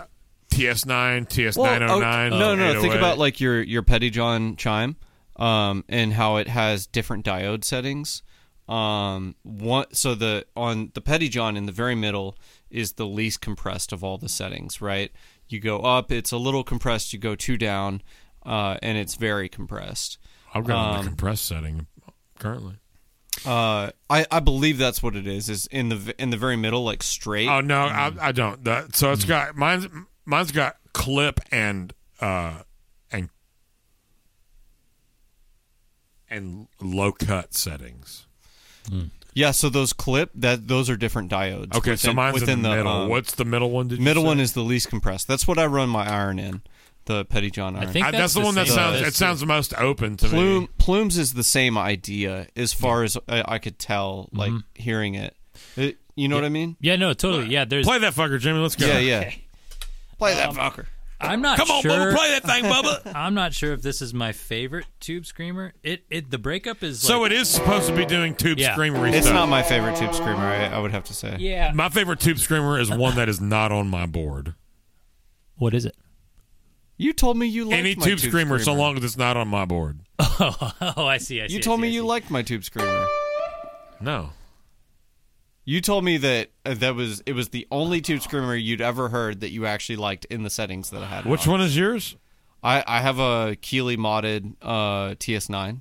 A: TS nine, TS
C: Well,
A: nine oh nine?
C: oh, no, no. Think about like your your Pettyjohn chime, um, and how it has different diode settings. Um, one so the on the Pettyjohn in the very middle is the least compressed of all the settings. Right, you go up, it's a little compressed. You go two down, uh, and it's very compressed.
A: I've got
C: um,
A: on the compressed setting currently.
C: Uh, I I believe that's what it is. Is in the v- in the very middle, like straight.
A: Oh no,
C: Mm.
A: I, I don't. That, so it's got mine's mine's got clip and uh and and low cut settings.
C: yeah, so those clip that those are different diodes.
A: Okay, so
C: within-
A: mine's
C: within
A: in the, middle.
C: um,
A: What's the middle one? Did you
C: Middle
A: say?
C: one is the least compressed. That's what I run my iron in, the Petty John iron.
B: I think
A: I, that's, the, one that
B: same
A: sounds.
B: as
A: It
B: this.
A: sounds the most open to
C: Plume,
A: me.
C: Plumes is the same idea as far as I, I could tell, like hearing it. It- You know what I mean?
B: Yeah, no, totally. Yeah, there's.
A: Play that fucker, Jimmy. Let's go.
C: Yeah, Um, yeah. Play that fucker.
B: I'm not
E: Come on,
B: sure.
E: Bubba, play that thing, Bubba.
B: I'm not sure if this is my favorite tube screamer. It it the breakup is
A: So
B: like,
A: it is supposed to be doing tube
B: Yeah.
A: screamer
C: It's
A: stuff.
C: not my favorite tube screamer. I, I would have to say.
B: yeah.
A: my favorite tube screamer is one that is not on my board.
B: what is it?
C: You told me you liked
A: Any
C: my
A: tube screamer, so long as it's not on my board.
B: Oh, I see. I see.
C: You
B: I
C: told
B: see,
C: me
B: I
C: you
B: see.
C: liked my tube screamer.
A: No.
C: You told me that uh, that was it was the only tube screamer you'd ever heard that you actually liked in the settings that I had. it
A: Which
C: on.
A: one is yours?
C: I I have a Keeley modded uh, TS9.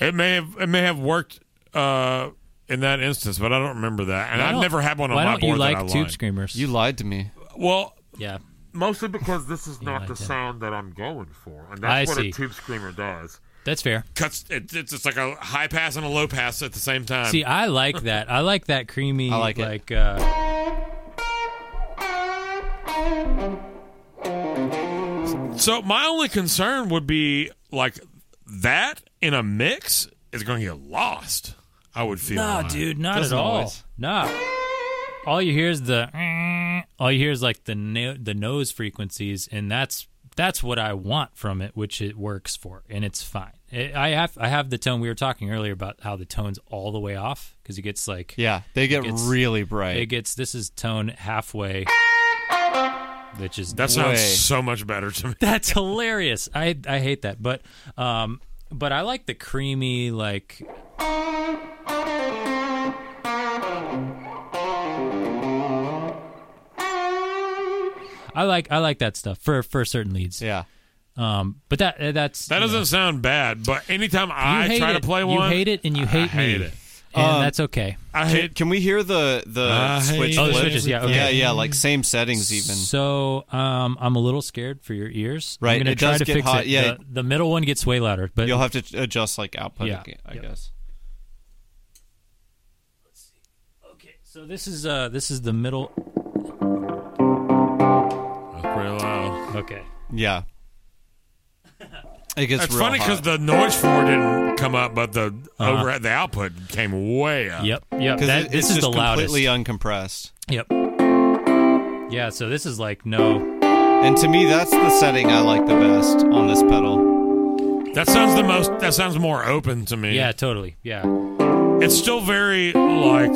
A: It may have it may have worked uh, in that instance, but I don't remember that, and
B: Why
A: I've
B: don't-
A: never had one on
B: Why
A: my
B: don't
A: board
B: you like
A: that I
B: tube
A: like.
B: screamers?
C: You lied to me.
A: Well,
B: yeah.
A: mostly because this is not
B: like
A: the
B: that.
A: sound that I'm going for, and
B: I
A: that's what
B: see.
A: a tube screamer does.
B: That's fair.
A: Cuts it, it's it's like a high pass and a low pass at the same time.
B: See, I like that. I like that creamy.
C: I like it.
B: like uh,
A: so my only concern would be like that in a mix is going to get lost. I would feel.
B: nah,
A: like.
B: dude, not at
C: Doesn't
B: all.
C: always.
B: Nah. All you hear is the all you hear is like the no, the nose frequencies, and that's that's what I want from it, which it works for, and it's fine. It, I have I have the tone we were talking earlier about how the tone's all the way off because it gets like
C: Yeah, they get
B: gets-
C: really bright.
B: it gets this is tone halfway which is
A: That sounds
C: Way.
A: so much better to me.
B: That's hilarious. I I hate that, but um, but I like the creamy like. I like I like that stuff for for certain leads.
C: Yeah.
B: Um, but that uh, that's
A: That
B: you
A: doesn't
B: know,
A: sound bad, but anytime
B: you
A: I
B: hate
A: try
B: it.
A: to play
B: you
A: one,
B: hate it and you
A: I
B: hate,
A: hate
B: me,
A: it.
B: and
C: Um,
B: that's okay.
A: I
C: Can,
A: hate.
C: can we hear the the
A: I
C: switch?
A: hate
B: Oh, the
C: flip?
B: switches, yeah, okay.
C: yeah, yeah, like same settings even.
B: So um, I'm a little scared for your ears.
C: Right,
B: I'm gonna
C: it
B: try
C: does
B: to
C: get
B: fix
C: hot,
B: it.
C: yeah.
B: the, the middle one gets way louder, but
C: You'll have to adjust like output.
B: Yeah.
C: again, I
B: Yep.
C: guess.
B: okay. So this is uh this is the middle.
A: That's pretty loud.
B: Okay.
C: Yeah. It gets
A: It's
C: real
A: funny because
C: hot.
A: the noise floor didn't come up, but the over the output came way up.
B: Yep. Yep.
C: 'Cause
B: That,
C: it-
B: this is
C: it's just
B: the loudest.
C: completely uncompressed.
B: Yep. Yeah, so this is like no.
C: And to me, that's the setting I like the best on this pedal.
A: That sounds the most. That sounds more open to me.
B: Yeah, totally. Yeah.
A: it's still very like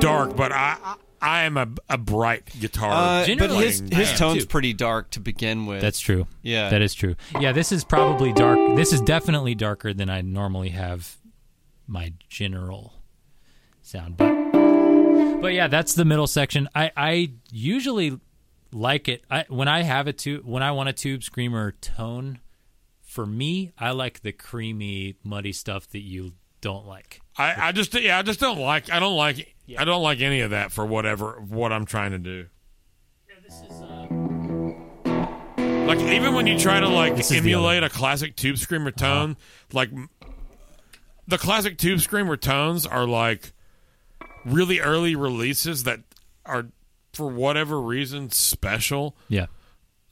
A: dark, but I I am a, a bright guitar.
C: Uh, but
B: Generally,
C: his
A: playing
C: his
A: man.
C: tone's
B: too.
C: pretty dark to begin with.
B: That's true.
C: Yeah.
B: That is true. Yeah, this is probably dark. This is definitely darker than I normally have my general sound but But yeah, that's the middle section. I I usually like it. I when I have a tube when I want a tube screamer tone for me, I like the creamy muddy stuff that you don't like.
A: I, I just yeah I just don't like I don't like I don't like any of that for whatever what I'm trying to do. Like even when you try to like
B: This is the other Uh-huh.
A: emulate a classic tube screamer tone, like m like the classic tube screamer tones are like really early releases that are for whatever reason special.
B: Yeah.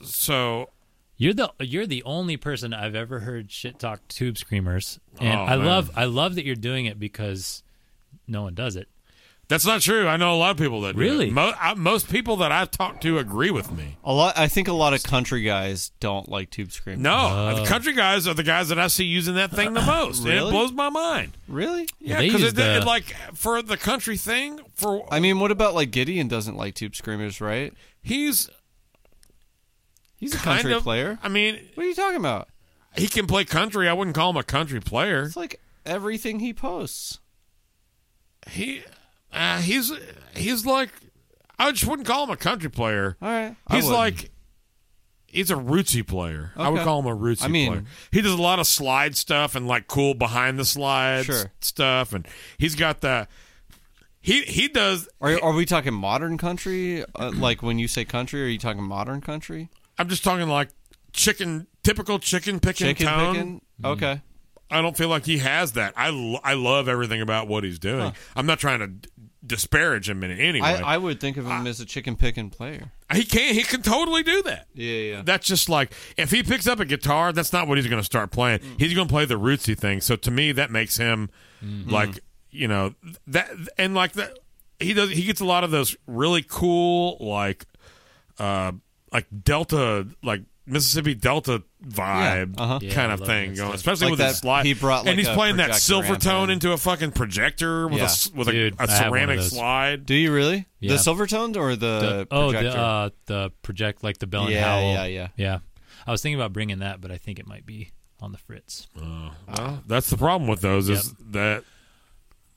A: So
B: You're the you're the only person I've ever heard shit talk tube screamers, and
A: Oh,
B: I
A: man.
B: love I love that you're doing it because no one does it.
A: that's not true. I know a lot of people that do it.
B: Really?
A: Mo- I, most people that I've talked to agree with me.
C: a lot. I think a lot of country guys don't like tube screamers.
A: No, the country guys are the guys that I see using that thing the most. and
C: Oh. Really?
A: it blows my mind.
C: really.
A: Yeah,
B: they
A: because
B: use
A: it, it,
B: the-
A: like for the country thing, for
C: I mean, what about like Gideon doesn't like tube screamers, right?
A: he's
C: He's a
A: kind
C: country
A: of
C: player.
A: I mean,
C: What are you talking about?
A: he can play country. I wouldn't call him a country player.
C: It's like everything he posts.
A: He uh, he's he's like I just wouldn't call him a country player.
C: All right. I
A: He's
C: wouldn't.
A: like he's a rootsy player. I would
C: Okay.
A: call him a rootsy
C: I mean-
A: player. He does a lot of slide stuff and like cool behind the slides
C: Sure.
A: stuff and he's got the he he does
C: Are, are we talking modern country? Uh, like when you say country, are you talking modern country?
A: I'm just talking like chicken typical chicken picking
C: Chicken Mm-hmm.
A: tone.
C: picking? Okay.
A: I don't feel like he has that. I, l- I love everything about what he's doing. I'm not trying to d- disparage him in any way.
C: I, I would think of him as a chicken picking player.
A: he can he can totally do that.
C: Yeah, yeah.
A: That's just like if he picks up a guitar, that's not what he's going to start playing.
C: Mm.
A: He's going to play the rootsy thing. So to me, that makes him
C: Mm-hmm.
A: like you know that and like that he does he gets a lot of those really cool like uh like Delta like. Mississippi Delta vibe
C: Yeah, uh-huh.
A: kind
B: Yeah, I
A: of
B: love
A: thing
B: that
A: going,
B: stuff.
A: especially
C: Like
A: with
C: that-
A: his slide.
C: he brought, like,
A: and he's
C: a
A: playing that
C: projector
A: silver
C: amp
A: tone
C: in.
A: into a fucking projector with
C: Yeah.
A: a s- with
B: Dude,
A: a, a
B: I have one of
A: ceramic
B: those.
A: slide.
C: Do you really?
B: Yeah.
C: The silver toned or the,
B: oh,
C: projector?
B: the uh, the project like the Bell and
C: Yeah,
B: Howell.
C: yeah, yeah.
B: yeah. I was thinking about bringing that, but I think it might be on the fritz.
A: Well, that's the problem with those is that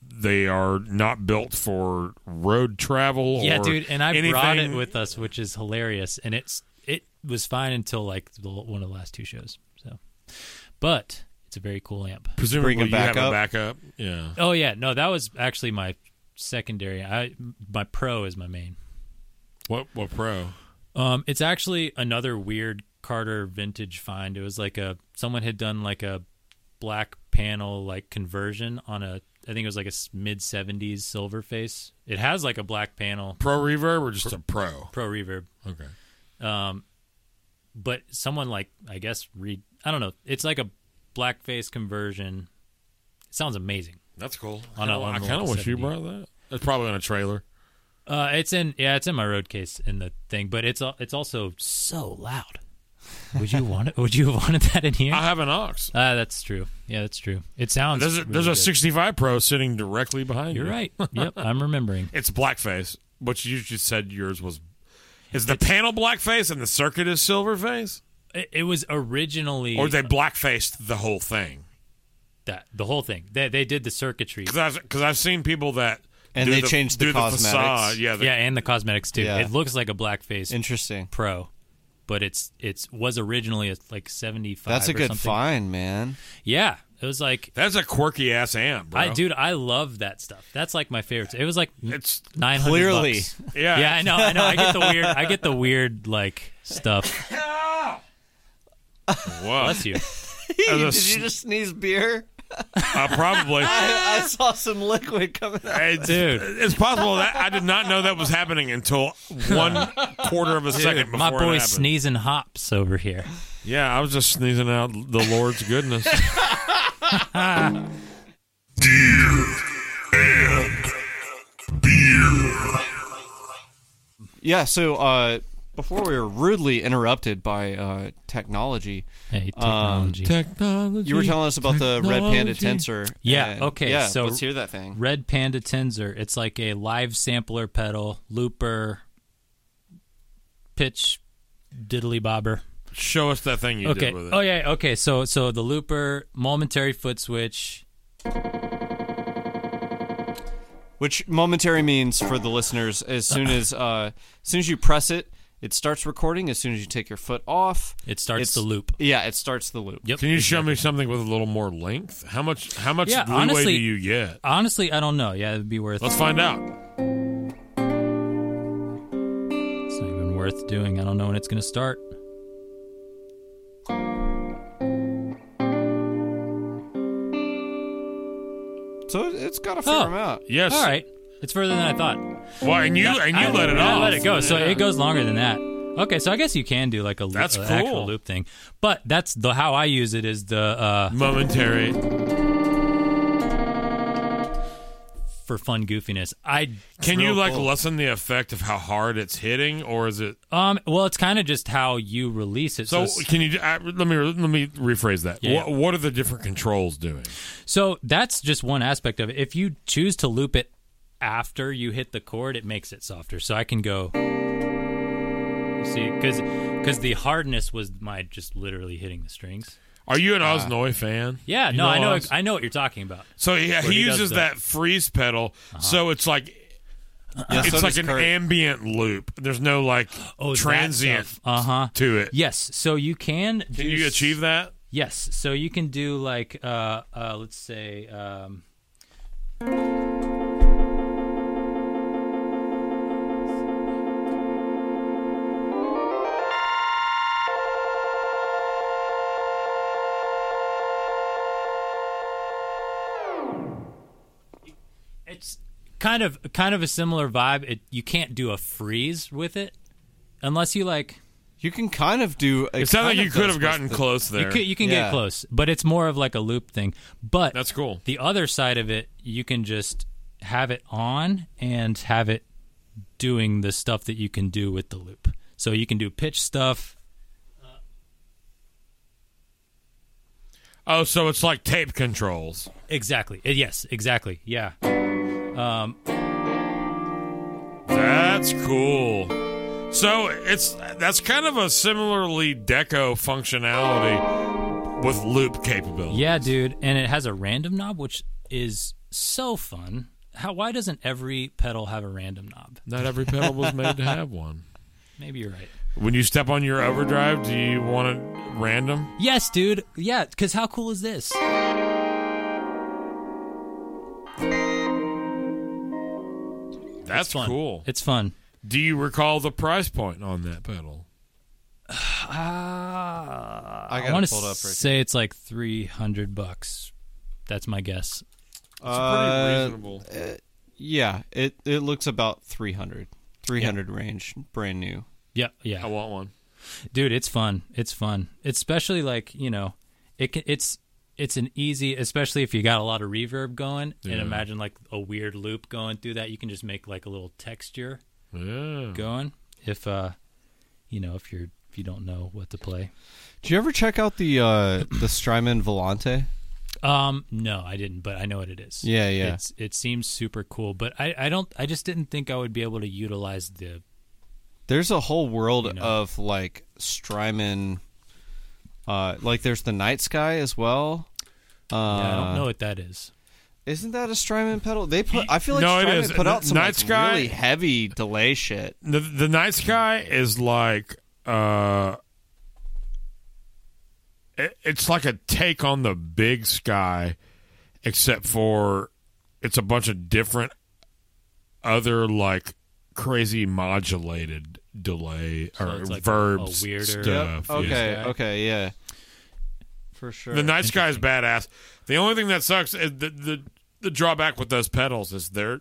A: they are not built for road travel.
B: yeah,
A: or
B: dude, and I brought it
A: anything.
B: with us, which is hilarious, and it's it was fine until like the, one of the last two shows. So, but it's a very cool amp.
A: presumably
C: Bring it
A: you
C: back
A: have
C: up.
A: a backup. Yeah,
B: Oh yeah, no, that was actually my secondary. I my pro is my main.
A: what what pro?
B: Um, it's actually another weird Carter vintage find. It was like a someone had done like a black panel like conversion on a I think it was like a mid '70s silver face. It has like a black panel
A: Pro reverb or just a pro?
B: pro reverb,
A: Okay,
B: but someone like I guess read I don't know. It's like a black face conversion. It sounds amazing.
A: that's cool.
B: On a-
A: Kinda-
B: on
A: I
B: the
A: kind of
B: level
A: wish you
B: 70.
A: brought that. It's probably on a trailer.
B: Uh, it's in yeah, it's in my road case in the thing, but it's al- it's also so loud. Would you want it? Would you have wanted that in here?
A: I have an ox.
B: Ah, that's true. Yeah, that's true. It sounds.
A: There's a,
B: really
A: there's a
B: good.
A: 65 pro sitting directly behind
B: You're
A: you.
B: right. Yep, I'm remembering.
A: It's blackface, which you just said yours was. Is the panel blackface and the circuit is silverface?
B: It, it was originally
A: Or they blackfaced the whole thing?
B: that the whole thing. They they did the circuitry.
A: Because I've, 'cause I've seen people that.
C: And
A: do
C: they changed the
A: do
C: cosmetics.
A: facade. Yeah, the-
B: Yeah, and the cosmetics too.
C: Yeah.
B: It looks like a blackface
C: Interesting.
B: pro, but it's it's was originally a, like seventy five.
C: That's a good
B: something.
C: find, man.
B: Yeah, it was like
A: That's a quirky ass amp, bro.
B: I dude, I love that stuff. That's like my favorite. It was like
A: It's
B: nine hundred.
C: Clearly.
A: yeah.
B: yeah, I know, I know. I get the weird, I get the weird like stuff.
A: Whoa.
B: Bless you.
A: As a
C: Did
A: s-
C: you just sneeze beer?
A: uh, probably.
C: I saw some liquid coming out.
A: It's,
B: Dude.
A: it's possible that I did not know that was happening until one quarter of a second before
B: My
A: it
B: boy
A: happened.
B: sneezing hops over here.
A: Yeah, I was just sneezing out the Lord's goodness.
C: Yeah, so uh, before we were rudely interrupted by uh, technology,
B: Hey,
A: Um,
B: technology.
A: Technology.
C: you were telling us about the Red Panda Tensor.
B: Yeah,
C: and-
B: okay,
C: Yeah,
B: so-
C: let's hear that thing.
B: Red Panda Tensor. It's like a live sampler pedal, looper, pitch, diddly bobber.
A: Show us that thing you
B: Okay.
A: did with it.
B: Oh yeah. Okay. So so the looper, momentary foot switch.
C: Which momentary means for the listeners, as soon as uh, as soon as you press it, it starts recording. As soon as you take your foot off,
B: It starts
C: it's-
B: the loop.
C: Yeah, it starts the loop.
B: Yep.
A: Can you show me something with a little more length? How much? How much
B: Yeah,
A: leeway
B: honestly-
A: do you get?
B: Honestly, I don't know. Yeah, it'd be worth.
A: Let's find out.
B: It's not even worth doing. I don't know when it's gonna start.
C: So it- it's got a fair
B: Oh.
C: amount.
A: Yes.
B: All right. It's further than I thought.
A: Well, and you and you
B: I-
A: let it
B: I
A: off.
B: let it go. So
A: Yeah.
B: it goes longer than that. Okay, so I guess you can do like a loop,
A: That's
B: a
A: cool.
B: actual loop thing, but that's the how I use it is the uh,
A: momentary.
B: for fun goofiness. I
A: Can you
B: drill-
A: like lessen the effect of how hard it's hitting, or is it?
B: um well, it's kind of just how you release it.
A: So
B: So so,
A: can you? I, let me let me rephrase that.
B: Yeah.
A: What, what are the different controls doing?
B: that's just one aspect of it. If you choose to loop it after you hit the chord, it makes it softer. So I can go You see cuz cuz the hardness was my just literally hitting the strings.
A: Are you an Osnoy fan?
B: Uh, Yeah,
A: You
B: no, I know
A: Oz?
B: I know what you're talking about.
A: so yeah,
B: Where
A: he
B: he does
A: uses
B: the- Uh-huh.
A: that freeze pedal, so it's like.
C: Yeah, so
A: it's like
C: does
A: an
C: Kurt.
A: ambient loop. There's no like
B: Oh, that
A: transient
B: stuff. Uh-huh.
A: to it.
B: Yes, so you can
A: Can you achieve that?
B: Yes, so you can do like uh, uh, let's say um, it's kind of kind of a similar vibe. It you can't do a freeze with it unless you like
C: You can kind of do. A
A: It sounds like
C: kind
A: you
C: of
A: could
C: does
A: have gotten
C: with the-
A: close there.
B: You can, you can
C: Yeah.
B: get close, but it's more of like a loop thing. But
A: That's cool.
B: The other side of it, you can just have it on and have it doing the stuff that you can do with the loop. So you can do pitch stuff.
A: Oh, so it's like tape controls.
B: Exactly. Uh, Yes. Exactly. Yeah.
A: That's cool. So it's that's kind of a similarly deco functionality with loop capability.
B: Yeah, dude. And it has a random knob, which is so fun. How? Why doesn't every pedal have a random knob?
A: Not every pedal was made to have one.
B: Maybe you're right.
A: When you step on your overdrive, do you want it random?
B: Yes, dude. Yeah. Because how cool is this?
A: That's
B: It's fun.
A: cool.
B: It's fun.
A: Do you recall the price point on that pedal?
C: I
B: I
C: got
B: want
C: it
B: to
C: pulled up. Ricky.
B: say it's like three hundred bucks. That's my guess.
C: Uh,
A: reasonable.
C: Yeah, it it looks about 300, 300 range, brand new.
B: Yeah,
A: I
B: yeah,
A: want one.
B: dude, it's fun. It's fun, especially like you know, it can, it's it's an easy, especially if you got a lot of reverb going. And
A: Yeah.
B: imagine like a weird loop going through that. You can just make like a little texture
A: Yeah.
B: going. If uh, you know, if you're if you don't know what to play.
C: Do you ever check out the uh, the Strymon Volante?
B: Um, no, I didn't, but I know what it is.
C: Yeah, yeah.
B: It's, it seems super cool, but I I don't I just didn't think I would be able to utilize the
C: There's a whole world of like Strymon. Uh, like there's the night sky as well. Uh,
B: yeah, I don't know what that is.
C: Isn't that a Strymon pedal? They put. I feel like
A: No, it
C: Strymon
A: is.
C: put out some
A: Night
C: like,
A: Sky-
C: really heavy delay shit.
A: The, the night sky is like uh it, it's like a take on the big sky except for it's a bunch of different other like crazy modulated delay or
B: it's like a- a
A: verbs
B: weirder-
A: stuff. yeah.
C: Okay.
B: Sky.
C: Okay. Yeah. For sure.
A: The night sky is badass. The only thing that sucks is the the, the drawback with those pedals is they're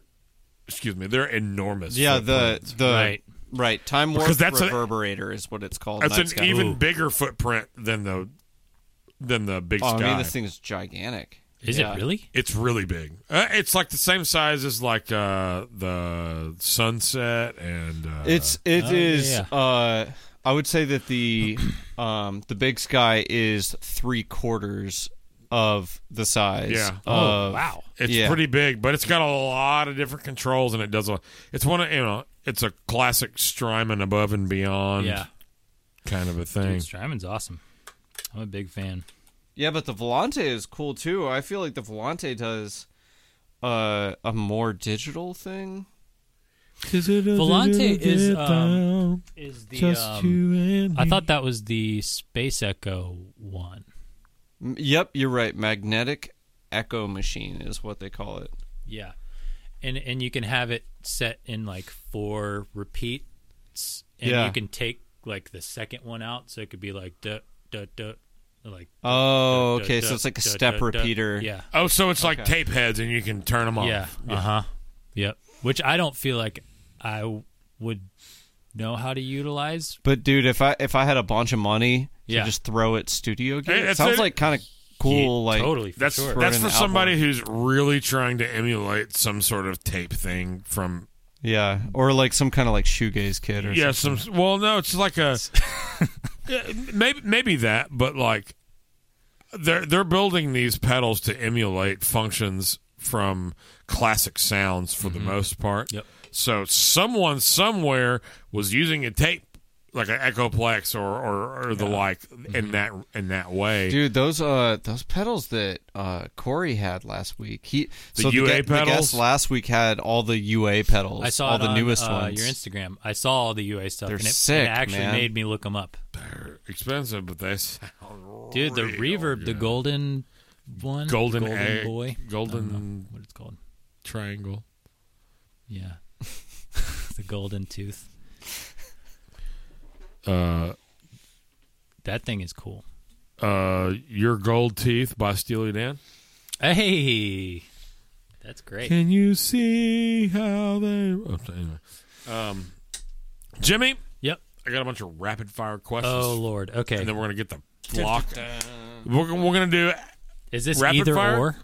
A: excuse me, they're enormous.
C: yeah. The
A: footprints.
C: the
B: Right.
C: right, time warp
A: Because that's a-
C: reverberator is what it's called.
A: That's
C: night
A: an
C: sky.
A: even
B: Ooh.
A: bigger footprint than the than the big
C: Oh, I
A: sky.
C: mean, this thing is gigantic.
B: Is
C: Yeah.
B: it really?
A: it's really big. Uh, it's like the same size as like uh, the sunset and uh,
C: It's it
B: Oh,
C: is.
B: yeah,
C: Uh, I would say that the um the big sky is three quarters of the size.
A: Yeah.
C: Of,
B: Oh, wow.
A: it's
C: yeah.
A: pretty big, but it's got a lot of different controls and it does a. It's one of you know. It's a classic Strymon above and beyond
B: Yeah.
A: kind of a
B: Dude,
A: thing.
B: Strymon's awesome. I'm a big fan.
C: Yeah, but the Volante is cool too. I feel like the Volante does uh, a more digital thing.
B: Volante is um, is the um,
A: and
B: I thought that was the Space Echo one.
C: M- Yep, you're right. Magnetic echo machine is what they call it.
B: Yeah. And and you can have it set in like four repeats and
C: Yeah.
B: you can take like the second one out so it could be like duh duh duh like
C: Oh,
B: duh,
C: okay.
B: duh,
C: So it's like a
B: duh,
C: step
B: duh, duh.
C: repeater.
B: Yeah.
A: Oh, so it's like
C: Okay.
A: tape heads, and you can turn them off.
B: Yeah. Uh-huh. Yep. Which I don't feel like I w- would know how to utilize.
C: But dude, if I if I had a bunch of money to
B: Yeah.
C: just throw at studio gear,
A: Hey,
C: it
A: that's
C: sounds
A: it.
C: like kind of cool. like
B: totally for
A: That's
B: sure.
A: that's
C: an
A: for
C: album.
A: somebody who's really trying to emulate some sort of tape thing from
C: yeah, or like some kind of like shoegaze kid or
A: yeah some well no it's like a Yeah, maybe maybe that but like they're they're building these pedals to emulate functions from classic sounds for the most part
B: Mm-hmm. Yep.
A: so someone somewhere was using a tape like an echoplex or or, or the like
B: Mm-hmm.
A: in that in that way
C: Dude, those uh those pedals that uh Corey had last week. He
A: The
C: so
A: UA
C: the, gue- the
A: pedals?
C: guest last week had all the UA pedals.
B: I saw
C: all
B: it
C: the
B: on,
C: newest
B: uh,
C: ones.
B: your Instagram. I saw all the UA stuff
C: They're
B: and it,
C: sick,
B: it actually
C: man.
B: made me look them up.
A: they're expensive but they sound
B: Dude, the
A: real
B: reverb, the
A: good.
B: golden one,
A: oh, golden, egg,
B: boy,
A: golden
B: what it's called.
A: triangle
B: Yeah. the golden tooth.
A: uh
B: That thing is cool.
A: uh your gold teeth by steely dan
B: Hey. That's great.
A: Can you see how they? Oh, anyway. Um, Jimmy,
B: Yep.
A: I got a bunch of rapid fire questions,
B: Oh lord. Okay.
A: and then we're gonna get the block. we're, we're gonna do
B: Is this
A: rapid
B: either
A: fire?
B: or?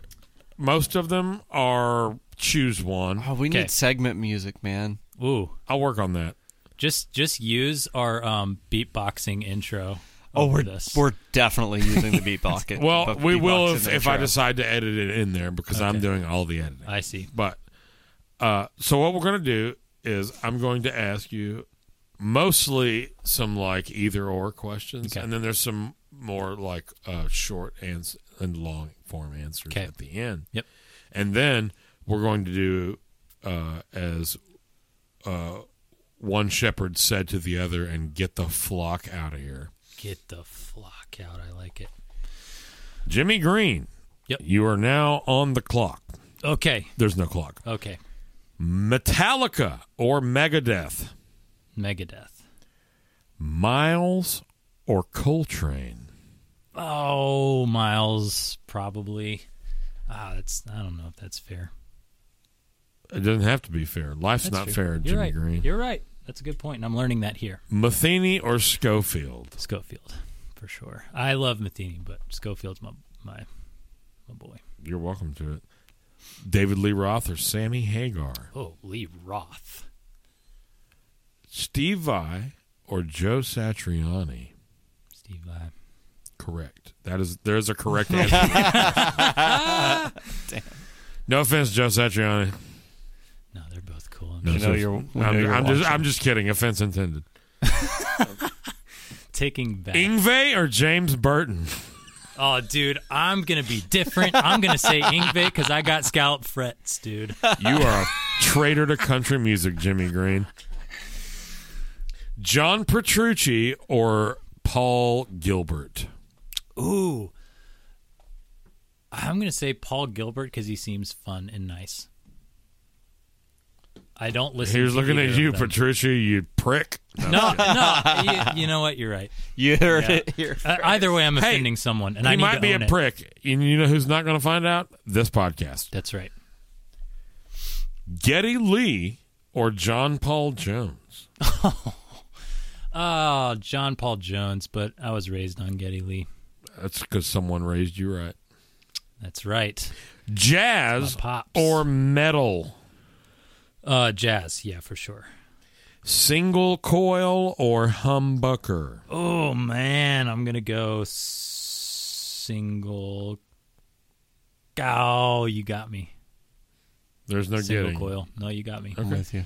A: most of them are choose one.
C: Oh, we
B: Okay.
C: need segment music, man.
B: Ooh.
A: I'll work on that.
B: Just just use our um, beatboxing intro.
C: Oh,
B: over
C: we're
B: this.
C: we're definitely using the beatbox.
A: Well,
C: beatbox
A: we will
C: in
A: if,
C: the
A: if I
C: intro.
A: decide to edit it in there because I'm doing all the editing.
B: I see.
A: But uh, so what we're gonna do is I'm going to ask you mostly some like either or questions,
B: Okay.
A: and then there's some more like uh, short ans- and long form answers
B: Okay.
A: at the end.
B: Yep.
A: And then we're going to do uh, as uh, one shepherd said to the other, and get the flock out of here.
B: Get the flock out. I like it.
A: Jimmy Green.
B: Yep.
A: You are now on the clock.
B: Okay.
A: There's no clock.
B: Okay.
A: Metallica or Megadeth.
B: Megadeth.
A: Miles or Coltrane?
B: Oh, Miles probably. Ah, that's I don't know if that's fair.
A: It doesn't have to be fair. Life's
B: That's
A: not
B: true.
A: fair,
B: You're
A: Jimmy
B: right.
A: Green.
B: You're right. That's a good point, and I'm learning that here.
A: Matheny or Schofield?
B: Schofield, for sure. I love Matheny, but Schofield's my my my boy.
A: You're welcome to it. David Lee Roth or Sammy Hagar?
B: Oh, Lee Roth.
A: Steve Vai or Joe Satriani?
B: Steve Vai.
A: Correct. That is there's a correct answer. No offense, Joe Satriani.
B: No, they're both cool.
A: No,
C: know
A: sis.
C: you're- we
A: I'm,
C: know you're
A: I'm just
C: watching.
A: I'm just kidding. Offense intended.
B: taking back.
A: Ingve or James Burton?
B: Oh, dude, I'm gonna be different. I'm gonna say Ingve because I got scallop frets, dude.
A: You are a traitor to country music, Jimmy Green. John Petrucci or Paul Gilbert?
B: Ooh, I'm gonna say Paul Gilbert because he seems fun and nice. I don't listen.
A: Here's
B: to
A: looking
B: either
A: at
B: of
A: you,
B: them.
A: Petrucci, you prick.
B: No, no, you, you know what? You're right.
C: You heard it here.
B: Uh, either way, I'm offending someone, and I
A: he
B: need
A: might
B: to
A: be
B: own
A: a
B: it.
A: prick. And you know who's not going to find out? This podcast.
B: That's right.
A: Getty Lee or John Paul Jones?
B: Oh, John Paul Jones, but I was raised on Getty Lee.
A: That's because someone raised you right.
B: That's right.
A: Jazz
B: My pops.
A: or metal?
B: Uh, jazz, yeah, for sure.
A: Single coil or humbucker?
B: Oh man, I'm gonna go s- single. Oh, you got me.
A: There's no
B: Single
A: getting.
B: coil. No, you got me.
C: with you.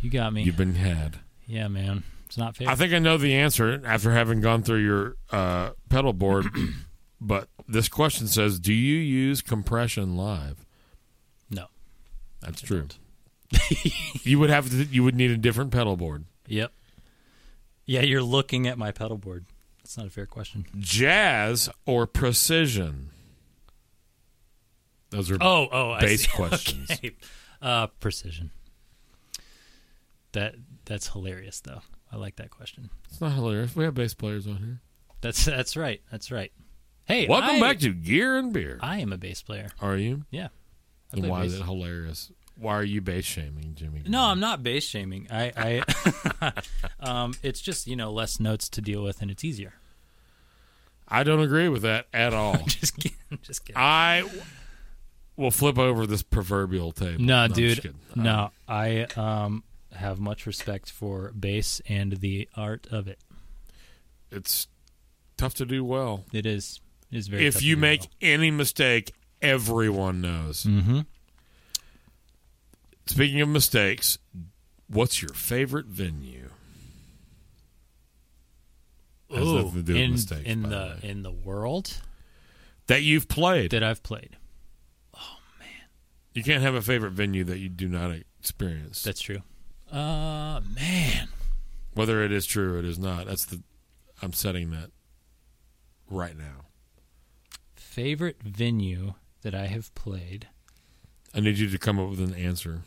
B: You got me.
A: You've been had.
B: yeah, man. It's not fair.
A: I think I know the answer after having gone through your uh, pedal board, but this question says, "Do you use compression live?"
B: no.
A: That's true. you would have to. You would need a different pedal board.
B: Yep. Yeah, you're looking at my pedal board. That's not a fair question.
A: Mm. Jazz or precision? Those are
B: Oh, oh, I
A: Base
B: see.
A: questions.
B: Okay. Uh, precision. That that's hilarious though. I like that question.
A: it's not hilarious. We have bass players on here.
B: That's that's right. That's right. Hey,
A: Welcome
B: I-
A: back to Gear and Beer.
B: I am a bass player.
A: are you?
B: Yeah. I
A: And
B: play
A: why is
B: bass.
A: it hilarious? Why are you bass shaming, Jimmy?
B: No, I'm not bass shaming. I, I um, it's just you know less notes to deal with, and it's easier.
A: I don't agree with that at all.
B: Just kidding. Just kidding.
A: I w- will flip over this proverbial table.
B: no,
A: I'm just
B: dude.
A: kidding.
B: No, I um have much respect for bass and the art of it.
A: It's tough to do well.
B: It is it is very.
A: If you make any mistake, everyone knows.
B: mm-hmm.
A: Speaking of mistakes, what's your favorite venue? Has nothing to do with
B: in
A: mistakes,
B: in
A: by the
B: the
A: way.
B: in the world
A: That you've played.
B: that I've played,
A: you can't have a favorite venue that you do not experience.
B: that's true. Uh, man,
A: Whether it is true or it is not, that's the I'm setting that right now.
B: favorite venue that I have played.
A: I need you to come up with an answer.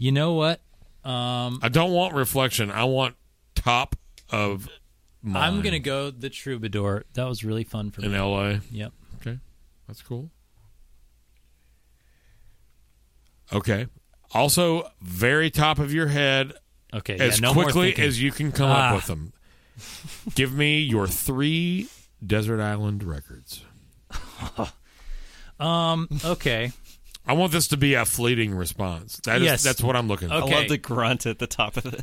B: You know what? Um,
A: I don't want reflection. I want top of mind
B: I'm gonna go the troubadour. That was really fun for
A: in
B: me.
A: LA.
B: Yep.
A: Okay. That's cool. Okay. Also, very top of your head
B: Okay.
A: as
B: yeah, no more
A: quickly
B: thinking.
A: as you can come
B: Ah.
A: up with them. Give me your three Desert Island records.
B: um. Okay.
A: I want this to be a fleeting response. That is,
B: Yes.
A: that's what I'm looking for.
B: Okay.
C: I love the grunt at the top of it.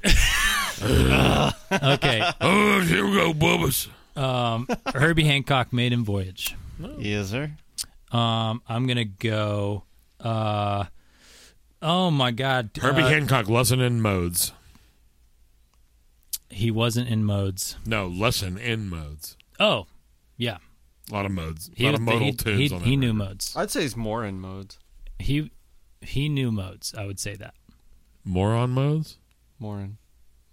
B: Okay.
A: Oh, here we go, Bubba's.
B: um. Herbie Hancock, Maiden Voyage.
C: yes, sir.
B: Um. I'm gonna go. Uh. Oh my God.
A: Herbie
B: uh,
A: Hancock, lesson in modes.
B: he wasn't in modes.
A: No, lesson in modes.
B: Oh. Yeah.
A: A lot of modes.
B: He
A: a lot
B: was
A: of modal
B: he,
A: tunes
B: he,
A: on that.
B: he knew
A: record.
B: modes.
C: I'd say he's more in modes.
B: He he knew modes. I would say that.
A: More on modes?
C: More in.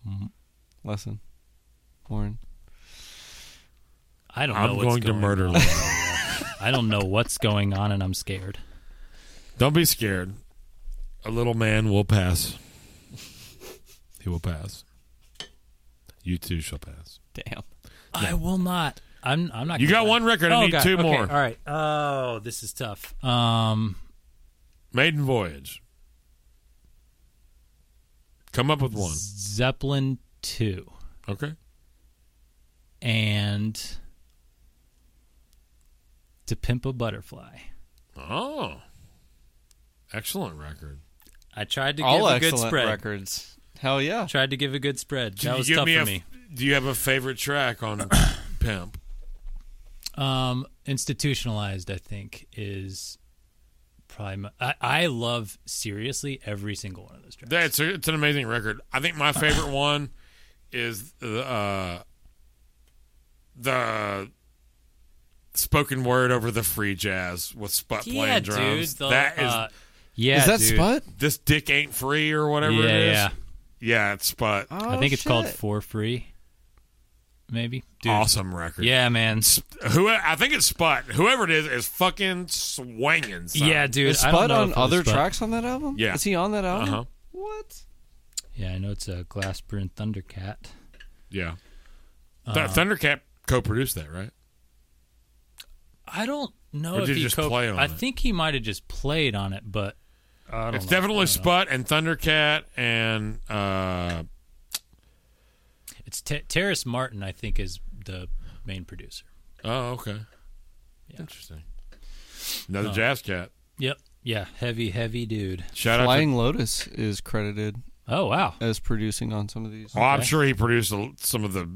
B: Mm-hmm.
C: Lesson. More in.
B: I don't know.
A: I'm
B: what's
A: going to
B: on.
A: murder you.
B: I don't know what's going on, and I'm scared.
A: Don't be scared. A little man will pass. He will pass. You too shall pass.
C: Damn.
B: I will not. I'm. I'm not.
A: You
B: gonna
A: got
B: lie.
A: one record. I
B: oh,
A: need
B: God.
A: two
B: Okay,
A: more.
B: All right. Oh, this is tough. Um,
A: Maiden Voyage. Come up with one.
B: Zeppelin two
A: Okay.
B: and To Pimp a Butterfly.
A: Oh. Excellent record.
B: I tried to
C: All
B: give a good
C: excellent
B: spread.
C: records. Hell yeah.
B: Tried to give a good spread.
A: Do you
B: That was
A: give
B: tough
A: me
B: for
A: a-
B: me.
A: Do you have a favorite track on Pimp?
B: Um, institutionalized, I think, is probably. My, I, I love seriously every single one of those tracks.
A: That's a, it's an amazing record. I think my favorite one is the uh, spoken word over the free jazz with Sput
B: yeah,
A: playing drums.
B: dude. the,
A: that is
B: uh, yeah,
C: is that
B: dude.
C: Spud?
A: this dick ain't free or whatever
B: Yeah,
A: it is.
B: yeah. Oh,
A: Yeah, it's Sput.
B: I think it's called
C: Oh, shit.
B: For Free. Maybe. Dude.
A: awesome record.
B: Yeah, man.
A: Who I think it's Sput. Whoever it is is fucking swinging. son.
B: Yeah, dude.
C: Is
B: I don't
C: Spud
B: know
C: on
B: if it was
C: other
B: Spud.
C: tracks on that album?
A: Yeah.
C: Is he on that album?
A: Uh-huh.
C: What?
B: Yeah, I know it's a Glasper and Thundercat.
A: yeah.
B: Uh,
A: Th- Thundercat co-produced that, right?
B: I don't know
A: Or
B: if
A: did
B: he
A: he just
B: co-
A: play on
B: I
A: it?
B: think he might have just played on it, but I don't
A: It's
B: know.
A: definitely Sput and Thundercat and uh,
B: It's Ter- Terrace Martin, I think, is the main producer.
A: oh okay, interesting. Another jazz cat.
B: Yep. Yeah, heavy, heavy dude.
A: Shout out to
C: Flying Lotus is credited
B: Oh wow.
C: as producing on some of these.
A: Well, I'm sure he produced a- some of the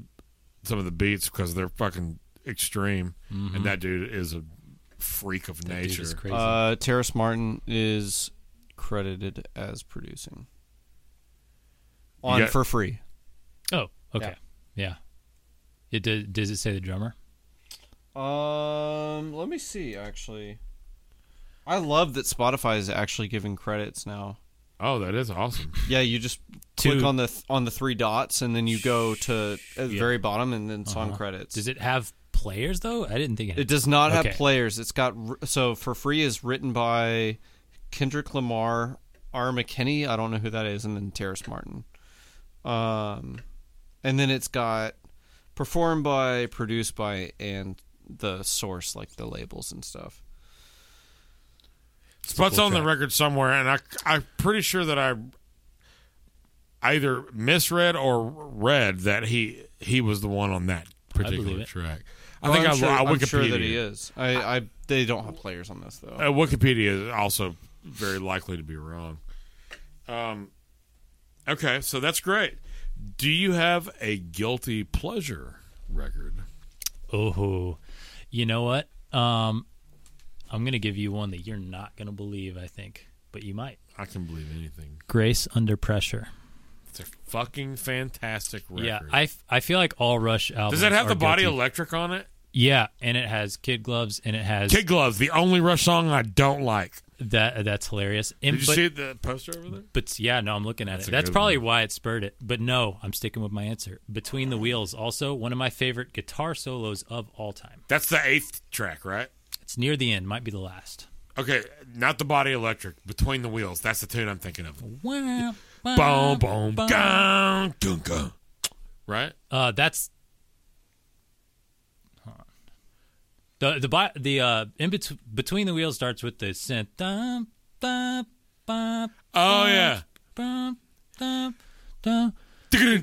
A: some of the beats because they're fucking extreme,
C: Mm-hmm.
A: and that dude is a freak of
B: Dude
A: nature.
B: is crazy.
C: Uh, Terrace Martin is credited as producing on
A: Yeah.
C: for free.
B: oh, okay. Yeah. It did, does it say the drummer?
C: Um, let me see. Actually, I love that Spotify is actually giving credits now.
A: oh, that is awesome.
C: Yeah, you just
B: To-
C: click on the th- on the three dots, and then you go to at the very bottom, and then song
B: Uh-huh.
C: credits.
B: Does it have players though? I didn't think it.
C: It does not have
B: Okay.
C: players. It's got r- so for free is written by Kendrick Lamar, R. McKinney. I don't know who that is, and then Terrace Martin. Um, and then it's got performed by, produced by, and the source like the labels and stuff.
A: Sput's on the record somewhere, and I I'm pretty sure that I either misread or read that he he was the one on that particular
B: it.
A: track. I think
C: I'm
A: I,
C: sure,
A: I
C: I'm
A: Wikipedia.
C: sure that he is. I, I they don't have players on this though.
A: Uh, Wikipedia is also very likely to be wrong. Um, okay, so that's great. Do you have a guilty pleasure record?
B: Oh, you know what? Um, I'm gonna give you one that you're not gonna believe. I think, but you might.
A: I can believe anything.
B: Grace under pressure.
A: It's a fucking fantastic record.
B: Yeah, I, f- I feel like all Rush albums.
A: Does it have
B: are
A: the Body
B: guilty.
A: Electric on it?
B: Yeah, and it has Kid Gloves, and it has
A: Kid Gloves, the only Rush song I don't like.
B: that. That's hilarious. And,
A: Did you
B: but,
A: see the poster over there?
B: but yeah, no, I'm looking at
A: That's a
B: it. That's
A: good
B: probably why it spurred it. But no, I'm sticking with my answer. Between the Wheels, also one of my favorite guitar solos of all time.
A: That's the eighth track, right?
B: It's near the end, might be the last.
A: Okay, not the Body Electric. Between the Wheels. That's the tune I'm thinking of.
B: Wow, wow,
A: Boom, boom,
B: wow.
A: gong, gung, gung. Right?
B: Uh, that's hold on. the the bi- the uh, in between between the wheels starts with the synth. Dum, dum, bum,
A: Oh, yeah.
B: bum, dum, dum,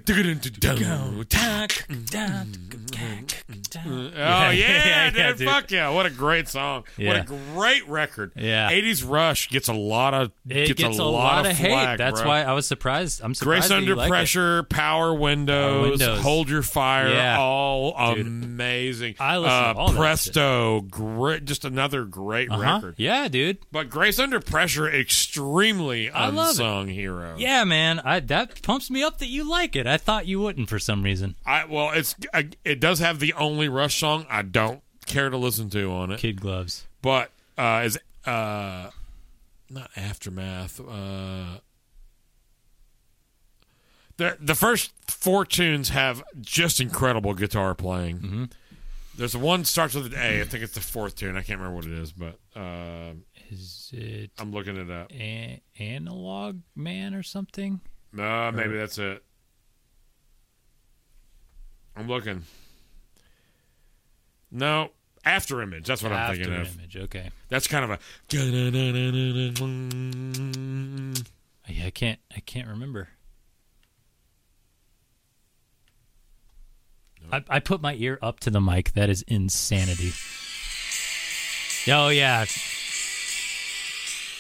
A: Oh
B: tack, tack, tack, tack.
A: yeah, dude,
B: dude.
A: Fuck yeah! What a great song! What
B: Yeah.
A: a great record!
B: Yeah.
A: '80s Rush gets a lot of
B: It
A: gets,
B: a lot, of hate.
A: flack,
B: That's
A: bro.
B: why I was surprised. I'm
A: Grace
B: surprised. that you
A: Under
B: like it.
A: Pressure, Power windows,
B: Windows.
A: Hold Your Fire,
B: Yeah.
A: all
B: Dude.
A: amazing.
B: I listen to
A: uh,
B: all that
A: Presto, great, just another great
B: Huh?
A: record.
B: Uh-huh. Yeah, dude.
A: But Grace Under Pressure, extremely
B: I love it.
A: unsung hero.
B: Yeah, man. I that pumps me up that you like it. I thought you wouldn't for some reason.
A: I well, it's I, it does have the only Rush song I don't care to listen to on it.
B: Kid gloves.
A: but uh is uh not aftermath uh the the first four tunes have just incredible guitar playing
B: Mm-hmm.
A: there's one starts with an a i think it's the fourth tune i can't remember what it is but uh,
B: Is it
A: i'm looking it up
B: a- analog man or something?
A: uh, maybe that's it i'm looking no after image that's what i'm
B: After
A: thinking of
B: image. Okay.
A: that's kind of a
B: Yeah, I can't. I can't remember. I, I put my ear up to the mic. That is insanity. Oh yeah,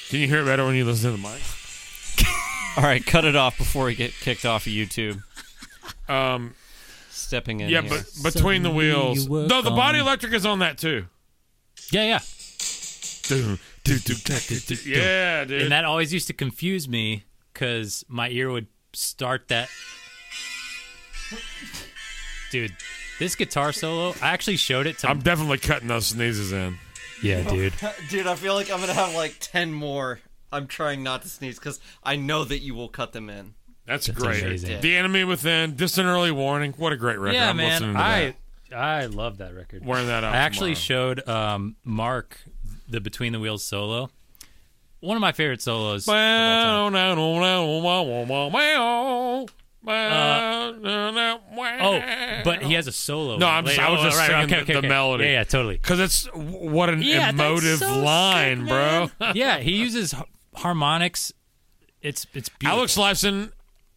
A: Can you hear it better when you listen to the mic?
C: All right, cut it off before we get kicked off of YouTube.
A: Um,
C: Stepping in.
A: yeah,
C: here.
A: but between the
B: Suddenly
A: wheels.
B: you were
A: No, the body
B: gone.
A: electric is on that too.
B: yeah, yeah.
A: Yeah, dude.
B: And that always used to confuse me because my ear would start that. Dude, This guitar solo, I actually showed it to
A: I'm definitely cutting those sneezes in.
B: Yeah, dude.
C: Dude, I feel like I'm gonna have like ten more. I'm trying not to sneeze because I know that you will cut them in.
A: That's,
B: That's
A: great.
B: amazing.
A: The Enemy Within, Distant Early Warning. What a great record.
B: Yeah,
A: I'm listening
B: man.
A: to
B: I I love that record.
A: that. Wearing that out
B: I actually
A: tomorrow.
B: showed um, Mark the Between the Wheels solo. One of my favorite solos. of all time. Oh, but he has a solo.
A: No, I'm
B: Wait,
A: just- I was
B: oh,
A: just
B: right,
A: singing
B: okay,
A: the-
B: okay,
A: the
B: okay.
A: melody.
B: Yeah, yeah, totally.
A: Because it's what an
B: Yeah, that's
A: emotive
B: so
A: line,
B: sick,
A: bro.
B: man. yeah, he uses h- harmonics. It's it's beautiful.
A: Alex Lifeson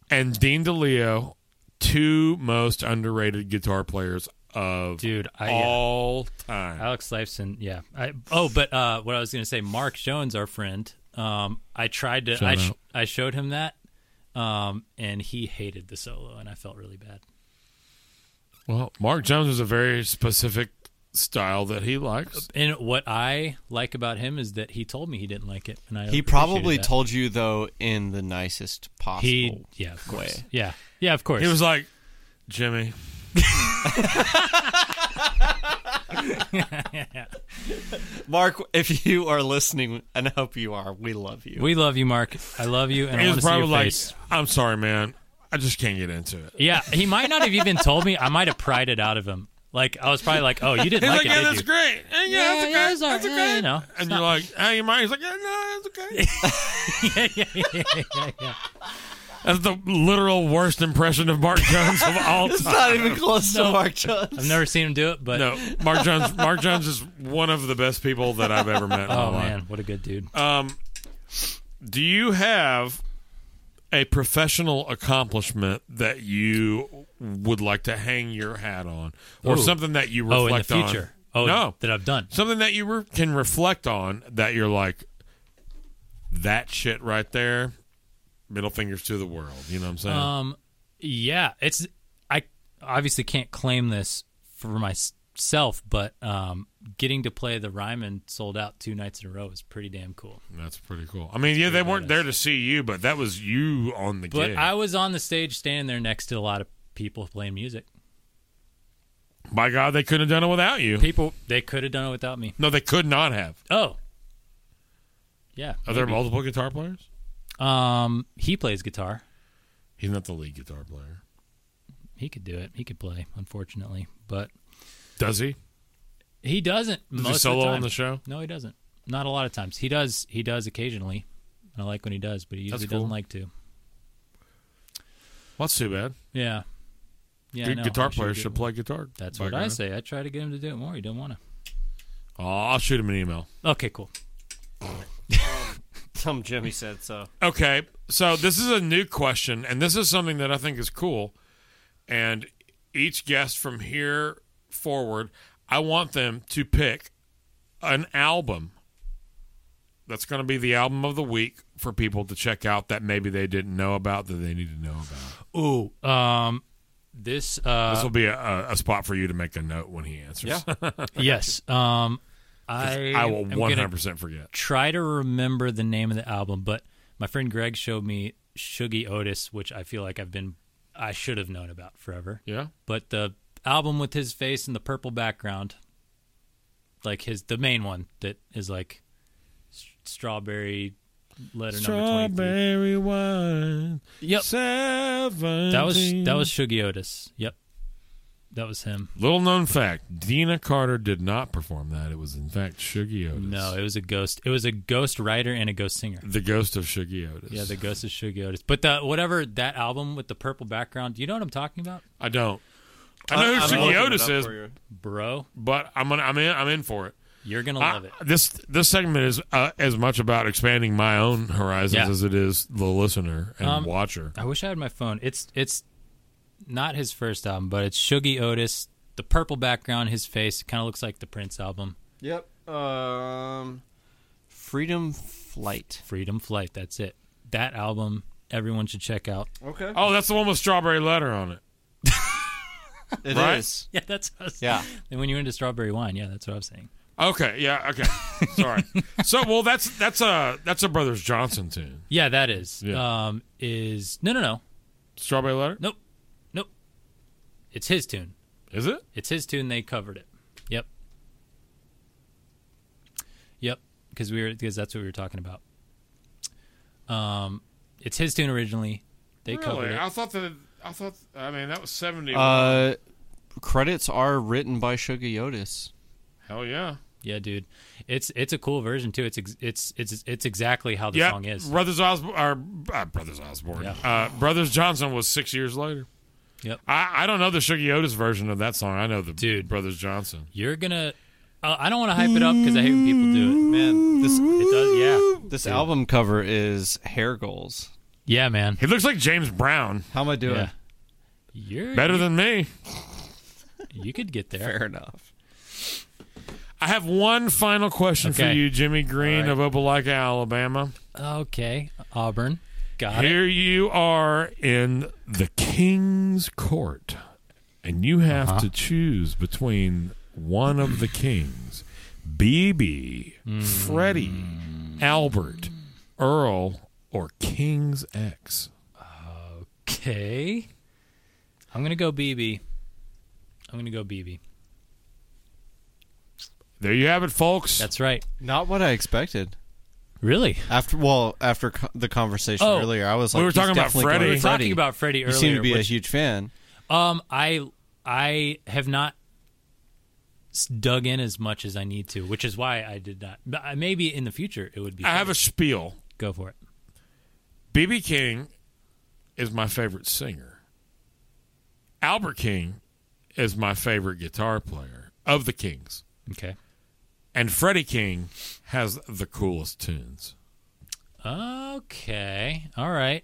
A: and Dean DeLeo, two most underrated guitar players of
B: dude. I, yeah.
A: all time.
B: Alex Lifeson, yeah. I, oh, but uh, what I was going to say, Mark Jones, our friend, um, I tried to, I,
A: Shout
B: sh-
A: out.
B: I showed him that, um, and he hated the solo, and I felt really bad.
A: Well, Mark Jones is a very specific style that he likes.
B: And what I like about him is that he told me he didn't like it, and I
C: He
B: appreciated
C: probably
B: that.
C: told you though in the nicest possible.
B: he, yeah, of course,
C: way.
B: yeah, yeah, of course.
A: He was like, Jimmy,
C: Mark, if you are listening, and I hope you are, we love you.
B: we love you, Mark. I love you, and I
A: he was
B: want to see
A: probably
B: your
A: like,
B: face.
A: I'm sorry, man. I just can't get into it.
B: Yeah, he might not have even told me. I might have pried it out of him. Like I was probably like, "Oh, you didn't
A: He's
B: like,
A: like,
B: it,
A: yeah,
B: did
A: that's
B: you?"
A: great. Yeah, yeah, that's okay.
B: yeah, it's all
A: that's
B: right.
A: okay.
B: Yeah, you know,
A: and you're like, hey, you might. He's like, yeah, no, it's okay. That's the literal worst impression of Mark Jones of all
C: It's
A: time.
C: not even close to Mark
B: I've
C: Jones.
B: never seen him do it, but
A: No, Mark Jones. Mark Jones is one of the best people that I've ever met. In
B: oh
A: my
B: man, what a good dude.
A: Life. Um, do you have a professional accomplishment that you would like to hang your hat on, or
B: Ooh.
A: something that you
B: Oh, in the
A: reflect
B: future.
A: on?
B: Oh,
A: no,
B: that I've done.
A: something that you re- can reflect on that you're like that shit right there. Middle fingers to the world. You know what I'm saying?
B: Um, yeah, it's I obviously can't claim this for myself, but um, getting to play the Ryman sold out two nights in a row is pretty damn cool.
A: That's pretty cool. I mean, yeah, they weren't there to see you, but that was you on the
B: But
A: gig.
B: I was on the stage standing there next to a lot of people playing music.
A: By God, they couldn't have done it without you.
B: People they could have done it without me.
A: No, they could not have.
B: Oh, yeah.
A: Are there
B: maybe.
A: multiple guitar players?
B: Um, he plays guitar.
A: He's not the lead guitar player.
B: He could do it. He could play. Unfortunately, but
A: Does he?
B: he doesn't.
A: Does
B: most
A: he
B: of
A: solo
B: the time.
A: on the show?
B: No, he doesn't. Not a lot of times. He does. He does occasionally. And I like when he does, but he
A: That's
B: usually
A: cool.
B: doesn't like to.
A: Well, that's too bad.
B: Yeah. Yeah. I
A: Good
B: know. I
A: guitar
B: should
A: players
B: get-
A: should play guitar.
B: That's
A: by
B: what I
A: God.
B: say. I try to get him to do it more. He don't want to.
A: Oh, I'll shoot him an email.
B: Okay, cool.
C: Some Jimmy said so.
A: Okay, so this is a new question, and this is something that I think is cool. And each guest from here forward, I want them to pick an album that's going to be the album of the week for people to check out that maybe they didn't know about that they need to know about.
B: Ooh. Um. This.
A: This
B: Uh.
A: will be a- a, a spot for you to make a note when he answers.
B: yes. Um. I.
A: I will
B: am gonna
A: 100% forget.
B: try to remember the name of the album, but my friend Greg showed me Shuggy Otis, which I feel like I've been I should have known about forever.
A: Yeah.
B: But the album with his face and the purple background, like his the main one that is like s- strawberry letter number twenty-three.
A: wine.
B: Yep,
A: Seven.
B: that was that was Shuggy Otis. Yep, that was him.
A: Little known fact: Dina Carter did not perform that. It was in fact Shuggy Otis.
B: No, it was a ghost. It was a ghost writer and a ghost singer.
A: the ghost of Shuggy Otis.
B: Yeah, the ghost of Shuggy Otis. But the whatever that album with the purple background, you know what I'm talking about,
A: I don't. I know who Shuggy Otis is,
B: bro?
A: but I'm gonna, I'm in I'm in for it.
B: You're gonna
A: I-
B: love it.
A: This this segment is uh, as much about expanding my own horizons
B: Yeah.
A: as it is the listener and
B: Um,
A: watcher.
B: I wish I had my phone. It's it's not his first album, but it's Shuggy Otis. The purple background, his face kind of looks like the Prince album,
C: Yep. Um, Freedom Flight.
B: Freedom Flight. That's it. That album, everyone should check out.
C: Okay.
A: Oh, that's the one with Strawberry Letter on it.
C: It is.
A: right.
B: Yeah, that's us.
C: Yeah.
B: And when you're into strawberry wine, yeah, that's what I'm saying.
A: Okay, yeah, okay. Sorry. so, well, that's that's a that's a Brothers Johnson tune.
B: Yeah, that is.
A: Yeah.
B: Um, is no, no, no,
A: Strawberry Letter.
B: nope, nope. It's his tune.
F: Is it?
B: It's his tune. They covered it. Yep. Yep. Because we were because that's what we were talking about. Um, it's his tune originally. They covered
A: Really?
B: it.
A: I thought that. I thought. I mean, that was seventy.
C: Uh, credits are written by Suga Yotis.
A: Hell yeah.
B: Yeah, dude. It's it's a cool version too. It's ex- it's it's it's exactly how the
A: yeah.
B: song is.
A: Brothers Osborne. Or, uh, Brothers Osborne.
B: Yeah.
A: Uh, Brothers Johnson was six years later.
B: Yep.
A: I, I don't know the Sugi Otis version of that song. I know the Dude. Brothers Johnson.
B: You're gonna. Uh, I don't want to hype it up because I hate when people do it.
C: Man, this
B: It does. Yeah.
C: this album cover is hair goals.
B: Yeah, man.
A: He looks like James Brown.
C: How am I doing?
B: Yeah. You're
A: Better than me.
B: you could get there.
C: Fair enough.
A: I have one final question for
B: Okay.
A: you, Jimmy Green of Opelika, Alabama.
B: Okay, Auburn. Got it.
A: Here you are in the king's court, and you have to choose between one of the kings BB, Freddie, Albert, Earl, or King's X.
B: Okay. I'm gonna go BB. I'm gonna go BB.
A: There you have it, folks.
B: That's right.
C: Not what I expected.
B: Really?
C: After well, after co- the conversation
B: Oh.
C: earlier, I was
A: We
C: like,
A: were
C: he's
A: talking about
C: definitely
A: Freddie.
C: going
B: We were
C: with
B: talking about Freddie
C: You
B: earlier.
C: seem to be a
B: which-
C: huge fan.
B: um, I I have not s- dug in as much as I need to, which is why I did not. But I- maybe in the future it would be.
A: I have a
B: Freddie.
A: spiel.
B: go for it.
A: BB King is my favorite singer. Albert King is my favorite guitar player of the Kings.
B: Okay.
A: And Freddie King has the coolest tunes.
B: Okay. All right.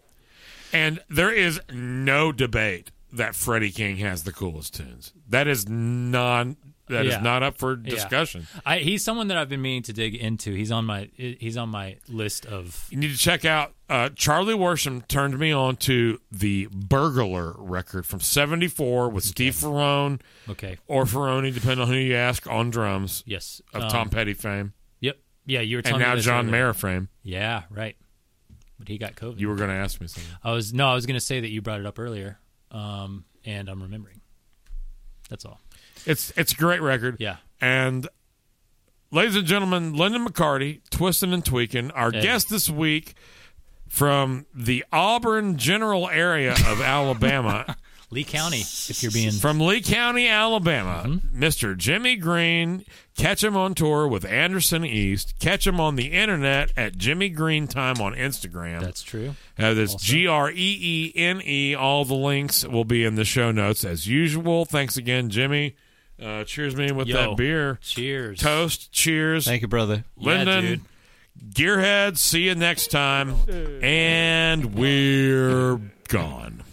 A: And there is no debate that Freddie King has the coolest tunes. That is non that is
B: Yeah.
A: not up for discussion.
B: I, he's someone that I've been meaning to dig into. He's on my he's on my list of
A: You need to check out uh, Charlie Worsham turned me on to the Burglar record from seventy four with Steve Ferrone
B: okay.
A: or Ferrone, depending on who you ask, on drums
B: Yes.
A: of
B: Um,
A: Tom Petty fame.
B: Yep. Yeah, you were
A: And
B: telling me
A: now
B: this
A: John
B: earlier.
A: Mayer fame.
B: Yeah, right. But he got COVID.
A: You were gonna ask me something.
B: I was no, I was going to say that you brought it up earlier, um, and I'm remembering. That's all.
A: It's it's a great record.
B: Yeah.
A: And ladies and gentlemen, Lyndon McCarty, Twisting and Tweaking, our
B: Hey.
A: guest this week from the Auburn general area of Alabama,
B: Lee County, if you're being
A: from Lee County, Alabama,
B: Mm-hmm.
A: Mr. Jimmy Green. Catch him on tour with Anderson East. Catch him on the internet at Jimmy Green Time on Instagram.
B: that's true.
A: Uh, that's
B: Also.
A: G R E E N E. All the links will be in the show notes as usual. Thanks again, Jimmy. Uh, cheers me with
B: Yo.
A: that beer.
B: Cheers.
A: Toast. Cheers.
C: Thank you, brother.
A: Lyndon.
B: dude.
A: Gearhead. See you next time. And we're gone.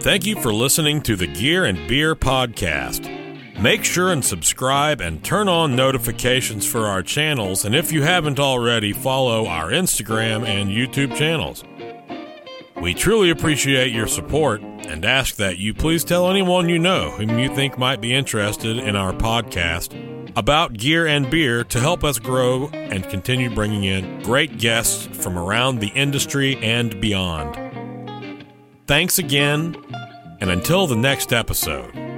E: Thank you for listening to the Gear and Beer Podcast. Make sure and subscribe and turn on notifications for our channels. And if you haven't already, follow our Instagram and YouTube channels. We truly appreciate your support and ask that you please tell anyone you know whom you think might be interested in our podcast about gear and beer to help us grow and continue bringing in great guests from around the industry and beyond. Thanks again, and until the next episode.